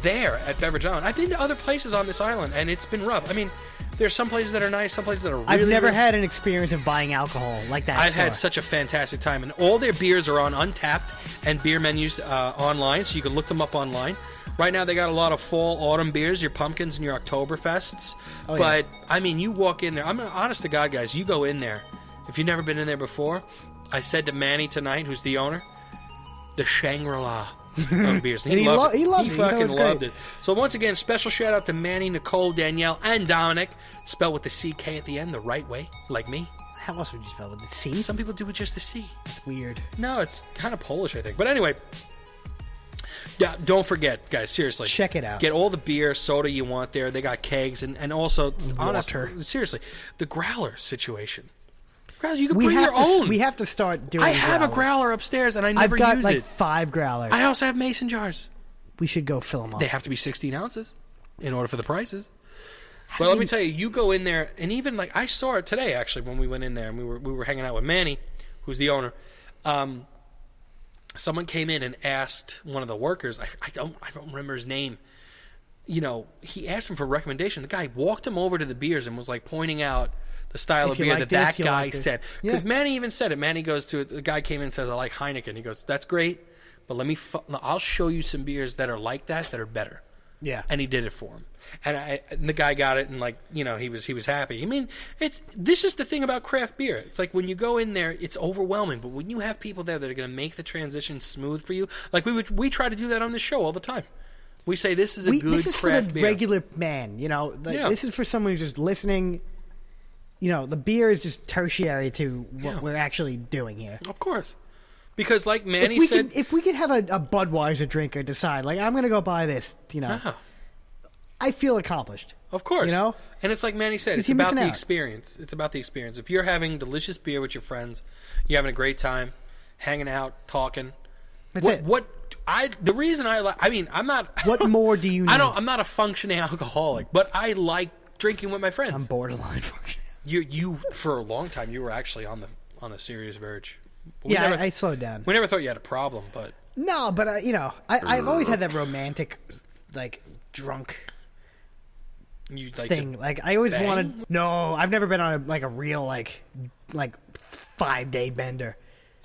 Speaker 1: there at Beverage Island. I've been to other places on this island, and it's been rough. I mean, there's some places that are nice, some places that are. Really,
Speaker 2: I've never
Speaker 1: really-
Speaker 2: had an experience of buying alcohol like that.
Speaker 1: I've
Speaker 2: store.
Speaker 1: had such a fantastic time, and all their beers are on Untapped and beer menus uh, online, so you can look them up online. Right now, they got a lot of fall, autumn beers, your pumpkins and your Oktoberfests.
Speaker 2: Oh, yeah.
Speaker 1: but I mean, you walk in there. I'm honest to God, guys. You go in there. If you've never been in there before, I said to Manny tonight, who's the owner, the Shangri La. of beers. And
Speaker 2: And he
Speaker 1: loved
Speaker 2: lo- he loved
Speaker 1: He
Speaker 2: it. He thought it
Speaker 1: fucking
Speaker 2: was
Speaker 1: loved
Speaker 2: great.
Speaker 1: it. So once again, special shout out to Manny, Nicole, Danielle, and Dominic, spelled with the CK at the end, the right way, like me.
Speaker 2: How else would you spell it? C?
Speaker 1: Some people do it just to see.
Speaker 2: That's weird.
Speaker 1: No, it's kind of Polish, I think. But anyway, yeah, don't forget, guys. Seriously,
Speaker 2: Check it out.
Speaker 1: Get all the beer, soda you want there. They got kegs and and also honest-
Speaker 2: Water.
Speaker 1: seriously, the growler situation. Growler, you can
Speaker 2: We
Speaker 1: bring
Speaker 2: have
Speaker 1: your
Speaker 2: to. s-
Speaker 1: own.
Speaker 2: We have to start doing.
Speaker 1: I have a
Speaker 2: growlers.
Speaker 1: growler upstairs, and I never
Speaker 2: I've got
Speaker 1: use
Speaker 2: like
Speaker 1: it.
Speaker 2: five growlers.
Speaker 1: I also have mason jars.
Speaker 2: we should go fill them up.
Speaker 1: They have to be sixteen ounces in order for the prices. But let me tell you, you go in there, and even like I saw it today actually when we went in there and we were we were hanging out with Manny, who's the owner. Um, someone came in and asked one of the workers. I, I don't I don't remember his name. You know, he asked him for a recommendation. The guy walked him over to the beers and was like pointing out the style
Speaker 2: If
Speaker 1: of
Speaker 2: you
Speaker 1: beer that
Speaker 2: like
Speaker 1: that
Speaker 2: this, you'll
Speaker 1: guy
Speaker 2: like this.
Speaker 1: said. Because
Speaker 2: Yeah.
Speaker 1: Manny even said it. Manny goes to the guy came in and says, "I like Heineken." He goes, "That's great, but let me fu- I'll show you some beers that are like that that are better."
Speaker 2: Yeah.
Speaker 1: and he did it for him. And I and the guy got it, and like you know, he was he was happy. I mean, it's this is the thing about craft beer. It's like when you go in there, it's overwhelming. But when you have people there that are going to make the transition smooth for you, like we would, we try to do that on this show all the time. We say this is a
Speaker 2: We-
Speaker 1: good
Speaker 2: this is
Speaker 1: craft
Speaker 2: for the
Speaker 1: beer.
Speaker 2: regular man. You know, like,
Speaker 1: Yeah.
Speaker 2: this is for someone who's just listening. You know, the beer is just tertiary to what
Speaker 1: Yeah.
Speaker 2: we're actually doing here.
Speaker 1: of course, because like
Speaker 2: If
Speaker 1: Manny
Speaker 2: we,
Speaker 1: said,
Speaker 2: could, if we could have a, a Budweiser drinker decide, like, I'm going to go buy this, you know,
Speaker 1: "Ah,
Speaker 2: I feel accomplished.
Speaker 1: Of course.
Speaker 2: You know?
Speaker 1: And it's like Manny said, it's
Speaker 2: he
Speaker 1: about
Speaker 2: missing
Speaker 1: the
Speaker 2: out?
Speaker 1: experience. It's about the experience. If you're having delicious beer with your friends, you're having a great time, hanging out, talking.
Speaker 2: That's
Speaker 1: what,
Speaker 2: it.
Speaker 1: What I the reason I like I mean, I'm not
Speaker 2: What more do you
Speaker 1: I
Speaker 2: need?
Speaker 1: don't I'm not a functioning alcoholic, but I like drinking with my friends.
Speaker 2: I'm borderline function.
Speaker 1: you you for a long time you were actually on the on the serious verge. We
Speaker 2: yeah,
Speaker 1: never-
Speaker 2: I, I slowed down.
Speaker 1: we never thought you had a problem, but
Speaker 2: No, but, I, you know, I, I've always had that romantic, like, drunk
Speaker 1: you like
Speaker 2: thing.
Speaker 1: to,
Speaker 2: Like I always
Speaker 1: Bang?
Speaker 2: wanted. No, I've never been on a, like a real like like five day bender.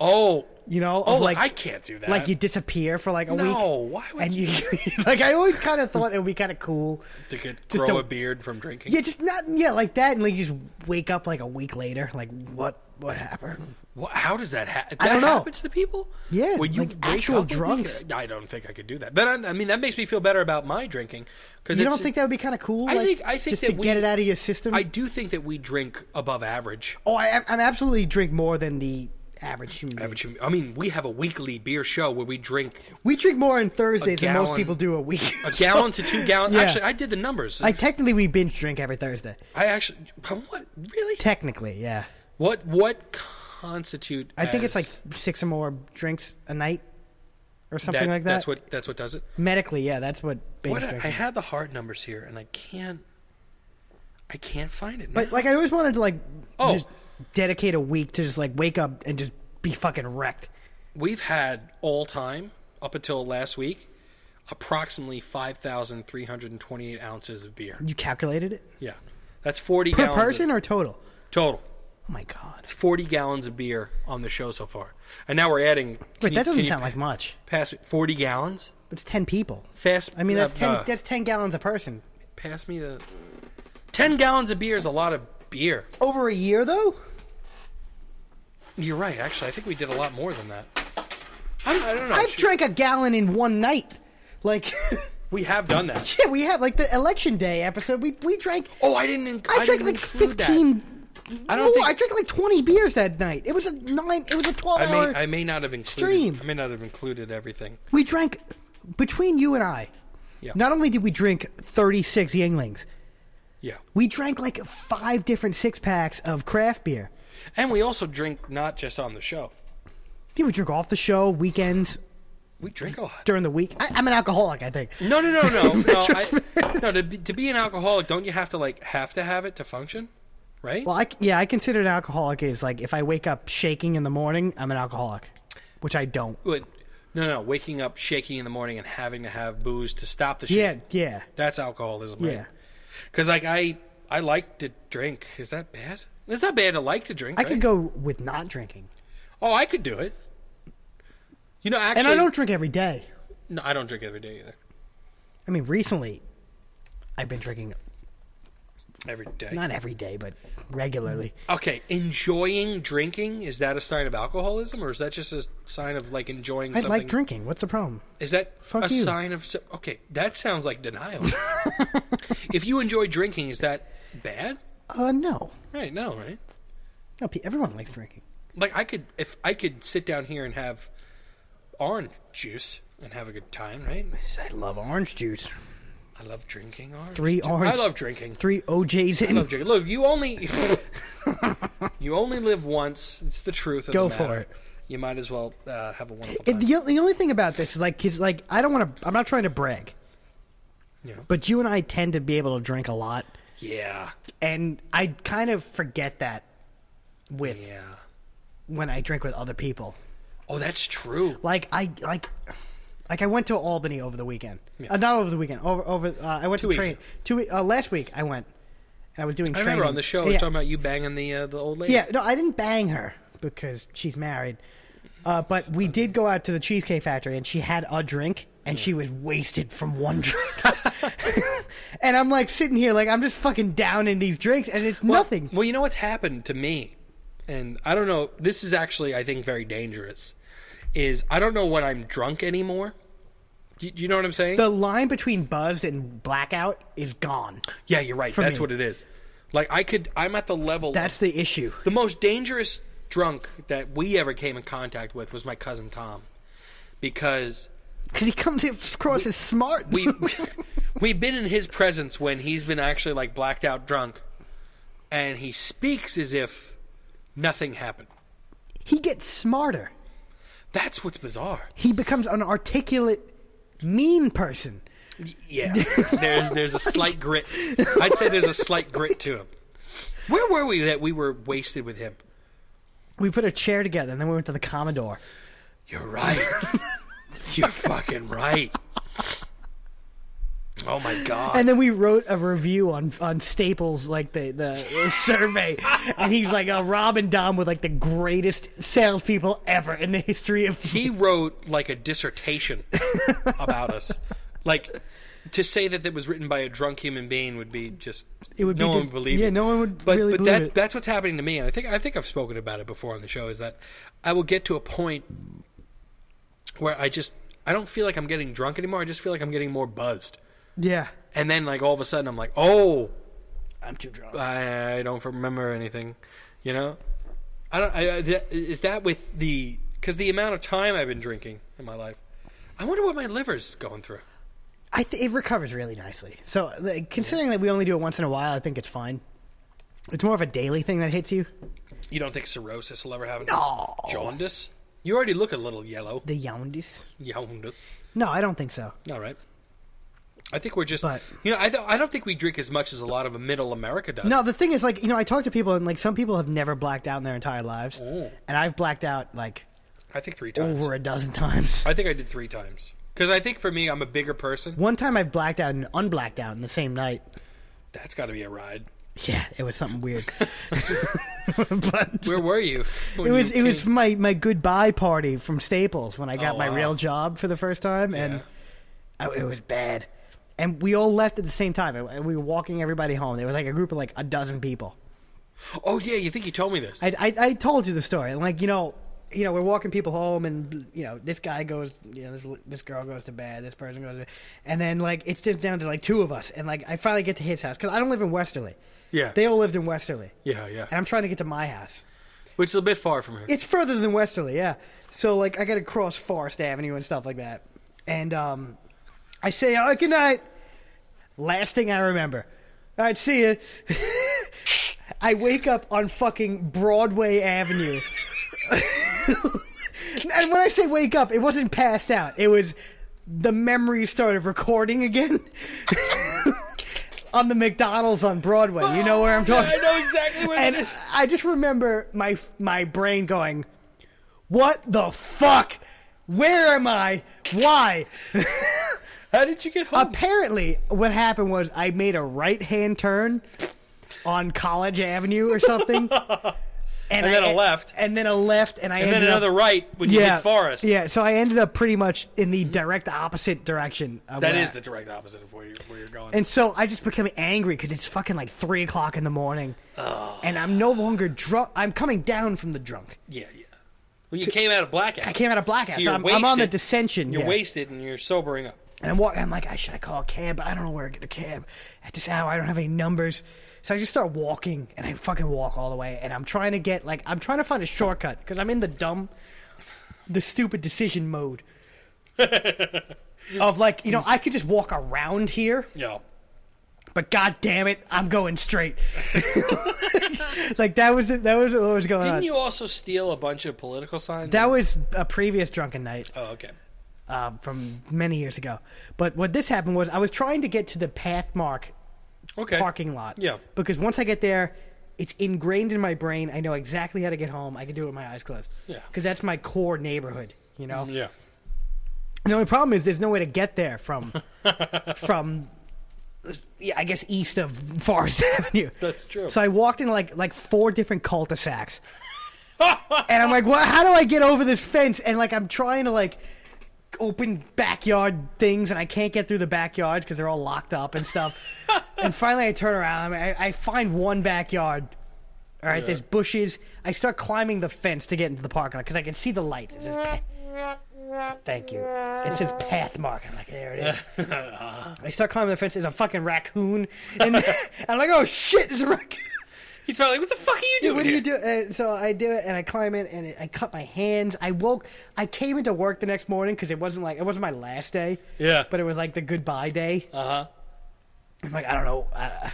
Speaker 1: Oh,
Speaker 2: You know, of,
Speaker 1: oh,
Speaker 2: like
Speaker 1: I can't do that.
Speaker 2: like you disappear for like a week.
Speaker 1: No, why would
Speaker 2: and you? like I always kind of thought it would be kind of cool.
Speaker 1: to get,
Speaker 2: just
Speaker 1: grow
Speaker 2: a-
Speaker 1: a beard from drinking.
Speaker 2: Yeah, just not yeah like that, and like you just wake up like a week later. Like what what happened?
Speaker 1: Wha how does that happen?
Speaker 2: I don't know.
Speaker 1: Happens to people?
Speaker 2: Yeah,
Speaker 1: When you
Speaker 2: like
Speaker 1: wake
Speaker 2: actual
Speaker 1: up a week-
Speaker 2: drunks.
Speaker 1: I don't think I could do that. But I, I mean, that makes me feel better about my drinking. Because
Speaker 2: You don't think that would be kind of cool?
Speaker 1: I
Speaker 2: like,
Speaker 1: think- I think
Speaker 2: just
Speaker 1: that
Speaker 2: to get
Speaker 1: we-
Speaker 2: it out of your system.
Speaker 1: I do think that we drink above average.
Speaker 2: oh, I, I'm absolutely drink more than the average human. being.
Speaker 1: Average. human- I mean, we have a weekly beer show where we drink
Speaker 2: We drink more on Thursdays than most
Speaker 1: gallon-
Speaker 2: people do a week.
Speaker 1: a gallon to two gallons.
Speaker 2: Yeah.
Speaker 1: Actually, I did the numbers.
Speaker 2: like technically, we binge drink every Thursday.
Speaker 1: I actually. What really?
Speaker 2: Technically, yeah.
Speaker 1: What what constitute?
Speaker 2: I think it's
Speaker 1: as
Speaker 2: like six or more drinks a night or something
Speaker 1: that-
Speaker 2: like that.
Speaker 1: That's what that's what does it.
Speaker 2: medically, yeah, that's what binge
Speaker 1: What, I
Speaker 2: drinking.
Speaker 1: had the hard numbers here, and I can't. I can't find it.
Speaker 2: But
Speaker 1: now.
Speaker 2: like I always wanted to like
Speaker 1: Oh.
Speaker 2: just dedicate a week to just like wake up and just be fucking wrecked.
Speaker 1: we've had all time up until last week approximately 5328 ounces of beer
Speaker 2: You calculated it?
Speaker 1: yeah that's 40
Speaker 2: Per
Speaker 1: gallons
Speaker 2: person
Speaker 1: of,
Speaker 2: or total?
Speaker 1: total
Speaker 2: Oh my god.
Speaker 1: it's 40 gallons of beer on the show so far and now we're adding can
Speaker 2: Wait,
Speaker 1: you-
Speaker 2: that
Speaker 1: can
Speaker 2: doesn't
Speaker 1: you
Speaker 2: sound like much.
Speaker 1: pass 40 gallons
Speaker 2: But it's ten people.
Speaker 1: fast
Speaker 2: I mean
Speaker 1: uh,
Speaker 2: that's ten
Speaker 1: uh,
Speaker 2: that's ten gallons a person.
Speaker 1: pass me the 10 gallons of beer is a lot of beer
Speaker 2: Over a year though?
Speaker 1: you're right actually i think we did a lot more than that I'm, I don't know.
Speaker 2: I've
Speaker 1: Shoot.
Speaker 2: drank a gallon in one night. Like,
Speaker 1: we have done that.
Speaker 2: yeah, we had like the election day episode. We we drank.
Speaker 1: Oh, I didn't. inc-
Speaker 2: I, drank
Speaker 1: didn't
Speaker 2: like
Speaker 1: include that.
Speaker 2: fifteen.
Speaker 1: I don't
Speaker 2: Ooh,
Speaker 1: think-
Speaker 2: I drank like twenty beers that night. It was a nine. It was a twelve
Speaker 1: I
Speaker 2: hour.
Speaker 1: may, I may not have included.
Speaker 2: Stream.
Speaker 1: I may not have included everything.
Speaker 2: We drank between you and I.
Speaker 1: Yeah.
Speaker 2: Not only did we drink thirty six Yinglings,
Speaker 1: Yeah.
Speaker 2: we drank like five different six packs of craft beer.
Speaker 1: And we also drink not just on the show.
Speaker 2: Yeah, we drink off the show, weekends,
Speaker 1: We drink a lot.
Speaker 2: during the week. I, I'm an alcoholic, I think.
Speaker 1: No, no, no, no, no. I, no, to be, to be an alcoholic, don't you have to like have to have it to function, right?
Speaker 2: Well, I, yeah, I consider an alcoholic is like if I wake up shaking in the morning, I'm an alcoholic, which I don't.
Speaker 1: But- no, no, waking up shaking in the morning and having to have booze to stop the
Speaker 2: Yeah,
Speaker 1: shaking.
Speaker 2: yeah.
Speaker 1: That's alcoholism, right?
Speaker 2: Yeah.
Speaker 1: Because like I, I like to drink. Is that bad? It's not bad to like to drink.
Speaker 2: I
Speaker 1: right?
Speaker 2: could go with not drinking,
Speaker 1: Oh, I could do it. You know, actually,
Speaker 2: and I don't drink every day.
Speaker 1: No, I don't drink every day either.
Speaker 2: I mean, recently, I've been drinking
Speaker 1: Every day.
Speaker 2: not every day, but regularly.
Speaker 1: okay, enjoying drinking is that a sign of alcoholism, or is that just a sign of like enjoying?
Speaker 2: I
Speaker 1: something?
Speaker 2: like drinking. What's the problem?
Speaker 1: Is that
Speaker 2: Fuck
Speaker 1: a
Speaker 2: you.
Speaker 1: sign of s- okay? That sounds like denial. if you enjoy drinking, is that bad?
Speaker 2: Uh, no,
Speaker 1: Right? No, right?
Speaker 2: no. pe- Everyone likes drinking.
Speaker 1: Like I could, if I could sit down here and have orange juice and have a good time, right?
Speaker 2: I love orange juice.
Speaker 1: I love drinking orange.
Speaker 2: Three
Speaker 1: ju-
Speaker 2: orange-
Speaker 1: I love drinking.
Speaker 2: Three OJ's
Speaker 1: I
Speaker 2: in.
Speaker 1: love drinking. Look, you only you only live once. It's the truth. Of
Speaker 2: Go
Speaker 1: the
Speaker 2: for
Speaker 1: matter.
Speaker 2: it.
Speaker 1: You might as well uh, have a wonderful
Speaker 2: It,
Speaker 1: time.
Speaker 2: the, the only thing about this is like, 'cause, like I don't want to. I'm not trying to brag,
Speaker 1: Yeah.
Speaker 2: but you and I tend to be able to drink a lot,
Speaker 1: yeah,
Speaker 2: and I kind of forget that with
Speaker 1: yeah.
Speaker 2: when I drink with other people.
Speaker 1: Oh, that's true.
Speaker 2: Like I like. Like I went to Albany over the weekend. Uh, not over the weekend. Over over. Uh, I went
Speaker 1: Two
Speaker 2: to
Speaker 1: weeks
Speaker 2: train.
Speaker 1: ago.
Speaker 2: Two we- uh, last week I went, and I was doing.
Speaker 1: I remember
Speaker 2: training.
Speaker 1: on the show I was
Speaker 2: Yeah.
Speaker 1: talking about you banging the uh, the old lady.
Speaker 2: Yeah, no, I didn't bang her because she's married. Uh, but we did go out to the Cheesecake Factory, and she had a drink, and she was wasted from one drink. and I'm like sitting here, like I'm just fucking down in these drinks, and it's nothing.
Speaker 1: Well, you know what's happened to me, and I don't know. This is actually, I think, very dangerous. Is I don't know when I'm drunk anymore. Do you, do you know what I'm saying?
Speaker 2: The line between buzzed and blackout is gone.
Speaker 1: yeah, you're right. That's
Speaker 2: me.
Speaker 1: what it is. Like I could, I'm at the level.
Speaker 2: That's the issue.
Speaker 1: the most dangerous drunk that we ever came in contact with was my cousin Tom, because
Speaker 2: Because he comes across as smart.
Speaker 1: we we've been in his presence when he's been actually like blacked out drunk, and he speaks as if nothing happened.
Speaker 2: he gets smarter.
Speaker 1: That's what's bizarre.
Speaker 2: He becomes an articulate, mean person.
Speaker 1: Yeah, there's there's a slight grit. I'd say there's a slight grit to him. Where were we that we were wasted with him?
Speaker 2: We put a chair together, and then we went to the Commodore.
Speaker 1: You're right. You're fucking right. Oh my god.
Speaker 2: And then we wrote a review on on Staples, like the the survey, and he's like, uh, "Rob and Dom were like the greatest salespeople ever in the history of."
Speaker 1: he wrote like a dissertation about us. Like to say that it was written by a drunk human being would be just
Speaker 2: It would be
Speaker 1: no one
Speaker 2: just-
Speaker 1: would believe
Speaker 2: yeah,
Speaker 1: it.
Speaker 2: no one would
Speaker 1: but,
Speaker 2: really
Speaker 1: but
Speaker 2: believe
Speaker 1: that
Speaker 2: it.
Speaker 1: that's what's happening to me and I think I think I've spoken about it before on the show is that I will get to a point where I just I don't feel like I'm getting drunk anymore I just feel like I'm getting more buzzed
Speaker 2: Yeah,
Speaker 1: and then like all of a sudden I'm like oh
Speaker 2: I'm too drunk.
Speaker 1: I, I don't remember anything, you know. I don't. I, I, that, is that with the because the amount of time I've been drinking in my life, I wonder what my liver's going through.
Speaker 2: I th- it recovers really nicely. So, like, considering that we only do it once in a while, I think it's fine. It's more of a daily thing that hits you.
Speaker 1: You don't think cirrhosis will ever happen?
Speaker 2: No.
Speaker 1: Jaundice. You already look a little yellow.
Speaker 2: The jaundice?
Speaker 1: Jaundice.
Speaker 2: No, I don't think so.
Speaker 1: All right. I think we're just.
Speaker 2: But-
Speaker 1: you know, I, th- I don't think we drink as much as a lot of Middle America does.
Speaker 2: No, the thing is, like, you know, I talk to people, and like, some people have never blacked out in their entire lives,
Speaker 1: Oh.
Speaker 2: and I've blacked out like
Speaker 1: I think three times.
Speaker 2: over a dozen times.
Speaker 1: I think I did three times because I think for me I'm a bigger person.
Speaker 2: One time I blacked out and unblacked out in the same night.
Speaker 1: That's got to be a ride.
Speaker 2: Yeah, it was something weird. but
Speaker 1: Where were you?
Speaker 2: it was it was my my goodbye party from Staples when I got
Speaker 1: Oh,
Speaker 2: my
Speaker 1: wow.
Speaker 2: real job for the first time,
Speaker 1: Yeah.
Speaker 2: and I, it was bad. And we all left at the same time. And we were walking everybody home. There was like a group of like a dozen people.
Speaker 1: Oh yeah, you think you told me this?
Speaker 2: I I, I told you the story, and like you know, you know, we're walking people home, and you know, this guy goes, you know, this this girl goes to bed, this person goes, to bed, and then like it's just down to like two of us, and like I finally get to his house because I don't live in Westerly.
Speaker 1: Yeah.
Speaker 2: They all lived in Westerly,
Speaker 1: yeah, yeah.
Speaker 2: and I'm trying to get to my house.
Speaker 1: Which is a bit far from here.
Speaker 2: It's further than Westerly, yeah. So like I got to cross Forest Avenue and stuff like that, and um, I say, "All right, good night." Last thing I remember. All right, see ya. I wake up on fucking Broadway Avenue. and when I say wake up, it wasn't passed out. It was the memory started recording again on the McDonald's on Broadway. You know where I'm
Speaker 1: Yeah,
Speaker 2: talking
Speaker 1: I know exactly where that
Speaker 2: and
Speaker 1: is.
Speaker 2: I just remember my my brain going, "What the fuck? Where am I? Why?"
Speaker 1: How did you get home?
Speaker 2: Apparently, what happened was I made a right-hand turn on College Avenue or something, and,
Speaker 1: then
Speaker 2: a
Speaker 1: a left.
Speaker 2: and then a left, and I
Speaker 1: and then
Speaker 2: ended up-
Speaker 1: another right when you hit Forest.
Speaker 2: Yeah, so I ended up pretty much in the direct opposite direction. Of
Speaker 1: That
Speaker 2: where
Speaker 1: is
Speaker 2: I-
Speaker 1: the direct opposite of where you're, where you're going.
Speaker 2: and so I just became angry because it's fucking like three o'clock in the morning,
Speaker 1: Oh.
Speaker 2: and I'm no longer drunk. I'm coming down from the drunk.
Speaker 1: yeah, yeah. Well, you came out of blackout.
Speaker 2: I came out of blackout, so,
Speaker 1: you're
Speaker 2: I'm, I'm on the
Speaker 1: wasted.
Speaker 2: descension.
Speaker 1: You're
Speaker 2: yeah.
Speaker 1: wasted and you're sobering up.
Speaker 2: And I'm walking. I'm like, I should I call a cab, but I don't know where to get a cab at this hour. I don't have any numbers, so I just start walking, and I fucking walk all the way. And I'm trying to get like I'm trying to find a shortcut because I'm in the dumb, the stupid decision mode. of like, you know, I could just walk around here,
Speaker 1: Yeah.
Speaker 2: but god damn it, I'm going straight. like that was it, that was what was going
Speaker 1: Didn't
Speaker 2: on.
Speaker 1: you also steal a bunch of political signs?
Speaker 2: Uh, that was a previous drunken night.
Speaker 1: oh, okay.
Speaker 2: um, from many years ago. But what this happened was I was trying to get to the Pathmark
Speaker 1: Okay.
Speaker 2: parking lot.
Speaker 1: Yeah.
Speaker 2: Because once I get there, it's ingrained in my brain. I know exactly how to get home. I can do it with my eyes closed.
Speaker 1: Yeah.
Speaker 2: Because that's my core neighborhood. You know.
Speaker 1: Yeah.
Speaker 2: The only problem is there's no way to get there from from. Yeah, I guess east of Forest Avenue.
Speaker 1: That's true.
Speaker 2: So I walked in like like four different cul-de-sacs, and I'm like, "What? How do I get over this fence?" And like I'm trying to like open backyard things, and I can't get through the backyards because they're all locked up and stuff. and finally, I turn around. I, I find one backyard. All right, there's bushes. I start climbing the fence to get into the parking lot because I can see the lights. It says, pa- "Thank you." It says "path mark." I'm like, "There it is." I start climbing the fence. There's a fucking raccoon, and I'm like, "Oh shit, there's a raccoon."
Speaker 1: He's probably like, what the fuck are you doing?
Speaker 2: what do
Speaker 1: here?
Speaker 2: you do? And so I do it, and I climb in, and I cut my hands. I woke. I came into work the next morning because it wasn't like it wasn't my last day.
Speaker 1: Yeah.
Speaker 2: But it was like the goodbye day.
Speaker 1: Uh huh.
Speaker 2: I'm like, I don't know. I,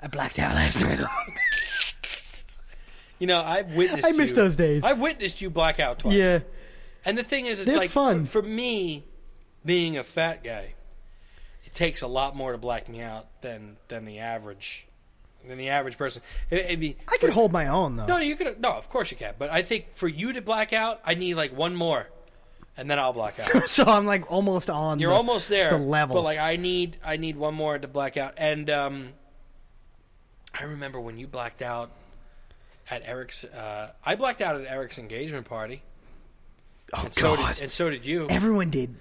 Speaker 2: I blacked out last night.
Speaker 1: You know, I've witnessed.
Speaker 2: I miss
Speaker 1: you-
Speaker 2: those days.
Speaker 1: I witnessed you blackout twice.
Speaker 2: yeah.
Speaker 1: And the thing is, it's
Speaker 2: They're
Speaker 1: like
Speaker 2: fun.
Speaker 1: For, for me, being a fat guy, it takes a lot more to black me out than than the average than the average person. It, it'd be
Speaker 2: I could hold my own though.
Speaker 1: no, you could no, of course you can. But I think for you to black out, I need like one more, and then I'll black out.
Speaker 2: So I'm like almost on.
Speaker 1: You're
Speaker 2: the-
Speaker 1: almost there.
Speaker 2: The level.
Speaker 1: but like I need I need one more to black out. And um, I remember when you blacked out at Eric's. Uh, I blacked out at Eric's engagement party.
Speaker 2: oh
Speaker 1: And so
Speaker 2: god.
Speaker 1: did, and so did you.
Speaker 2: Everyone did.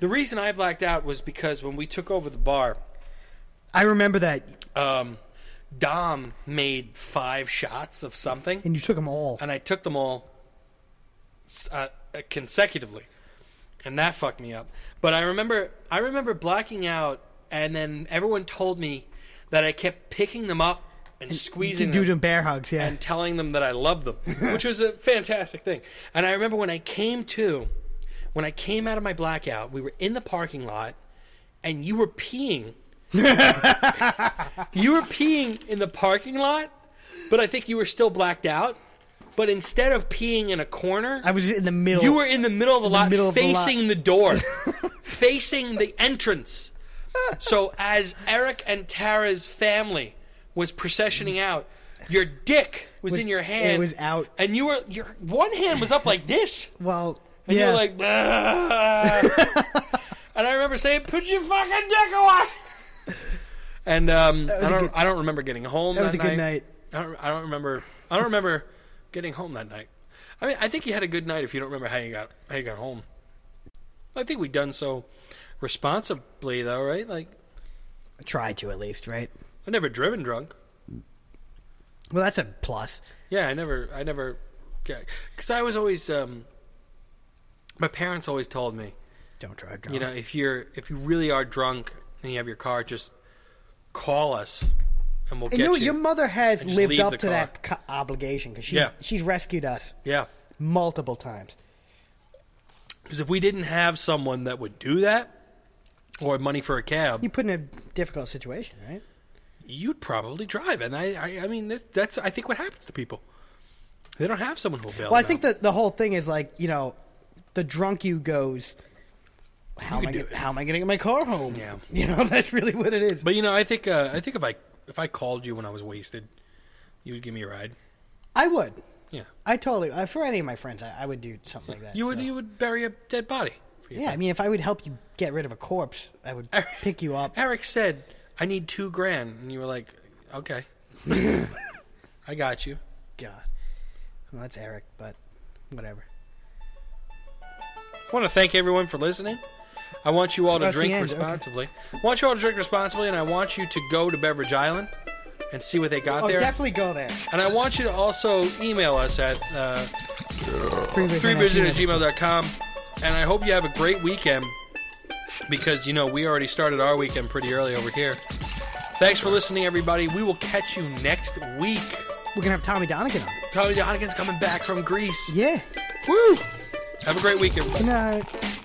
Speaker 1: The reason I blacked out was because when we took over the bar,
Speaker 2: I remember that,
Speaker 1: um, Dom made five shots of something,
Speaker 2: and you took them all.
Speaker 1: and I took them all s- uh, consecutively, and that fucked me up. But I remember, I remember blacking out, and then everyone told me that I kept picking them up and squeezing
Speaker 2: Dude,
Speaker 1: them.
Speaker 2: and bear hugs. Yeah.
Speaker 1: and telling them that I love them, which was a fantastic thing. And I remember when I came to, when I came out of my blackout, we were in the parking lot, and you were peeing. you were peeing in the parking lot, but I think you were still blacked out. But instead of peeing in a corner,
Speaker 2: I was in the middle.
Speaker 1: you were in the middle of the lot,
Speaker 2: middle of the lot.
Speaker 1: facing the door, facing the entrance. So as Eric and Tara's family was processioning out, your dick was, in your hand.
Speaker 2: it was out.
Speaker 1: and you were your one hand was up like this.
Speaker 2: Well,
Speaker 1: And
Speaker 2: yeah.
Speaker 1: you were like, "Ah." and I remember saying, "Put your fucking dick away." And um, I
Speaker 2: was a
Speaker 1: don't,
Speaker 2: good-
Speaker 1: I don't remember getting home. That,
Speaker 2: was a good night.
Speaker 1: I don't, I don't remember. I don't remember getting home that night. I mean, I think you had a good night if you don't remember how you got how you got home. I think we done so responsibly though, right? Like
Speaker 2: try to at least, right?
Speaker 1: I never driven drunk.
Speaker 2: Well, that's a plus.
Speaker 1: Yeah, I never, I never because I was always um, my parents always told me,
Speaker 2: Don't drive drunk.
Speaker 1: you know, if you're if you really are drunk and you have your car, just call us and we'll
Speaker 2: and
Speaker 1: get
Speaker 2: you know,
Speaker 1: you.
Speaker 2: your mother has
Speaker 1: And just
Speaker 2: lived
Speaker 1: leave
Speaker 2: up
Speaker 1: the
Speaker 2: to
Speaker 1: car.
Speaker 2: that co- obligation because she's
Speaker 1: Yeah.
Speaker 2: she's rescued us
Speaker 1: yeah,
Speaker 2: multiple times.
Speaker 1: because if we didn't have someone that would do that or money for a cab,
Speaker 2: You put in a difficult situation, right?
Speaker 1: Oh, you'd probably drive. And I, I, I mean, that, that's I think what happens to people. They don't have someone who'll bail.
Speaker 2: Well, I
Speaker 1: them
Speaker 2: think
Speaker 1: out.
Speaker 2: that the whole thing is like you know, the drunk you goes, how am
Speaker 1: can
Speaker 2: I
Speaker 1: do
Speaker 2: gonna,
Speaker 1: it.
Speaker 2: how am I going to get my car home?
Speaker 1: Yeah.
Speaker 2: you know that's really what it is.
Speaker 1: But you know, I think uh, I think if I if I called you when I was wasted, you would give me a ride.
Speaker 2: I would,
Speaker 1: Yeah,
Speaker 2: I totally uh, for any of my friends, I, I would do something like that.
Speaker 1: you would
Speaker 2: so.
Speaker 1: you would bury a dead body. For your
Speaker 2: yeah, I
Speaker 1: friend.
Speaker 2: mean, if I would help you get rid of a corpse, I would pick you up.
Speaker 1: Eric said, "I need two grand," and you were like, "Okay, I got you."
Speaker 2: God, well, that's Eric, but whatever.
Speaker 1: I want to thank everyone for listening. I want you all to
Speaker 2: That's the
Speaker 1: drink
Speaker 2: end, okay.
Speaker 1: responsibly. I want you all to drink responsibly, and I want you to go to Beverage Island and see what they got
Speaker 2: Oh,
Speaker 1: there.
Speaker 2: definitely go there.
Speaker 1: And I want you to also email us at uh,
Speaker 2: Three beers and a
Speaker 1: threebeersin at
Speaker 2: Gmail.
Speaker 1: gmail.com. And I hope you have a great weekend because, you know, we already started our weekend pretty early over here. Thanks for listening, everybody. We will catch you next week.
Speaker 2: We're gonna have Tommy Donegan on.
Speaker 1: Tommy Donegan's coming back from Greece.
Speaker 2: Yeah.
Speaker 1: Woo! Have a great week, everybody.
Speaker 2: Good night.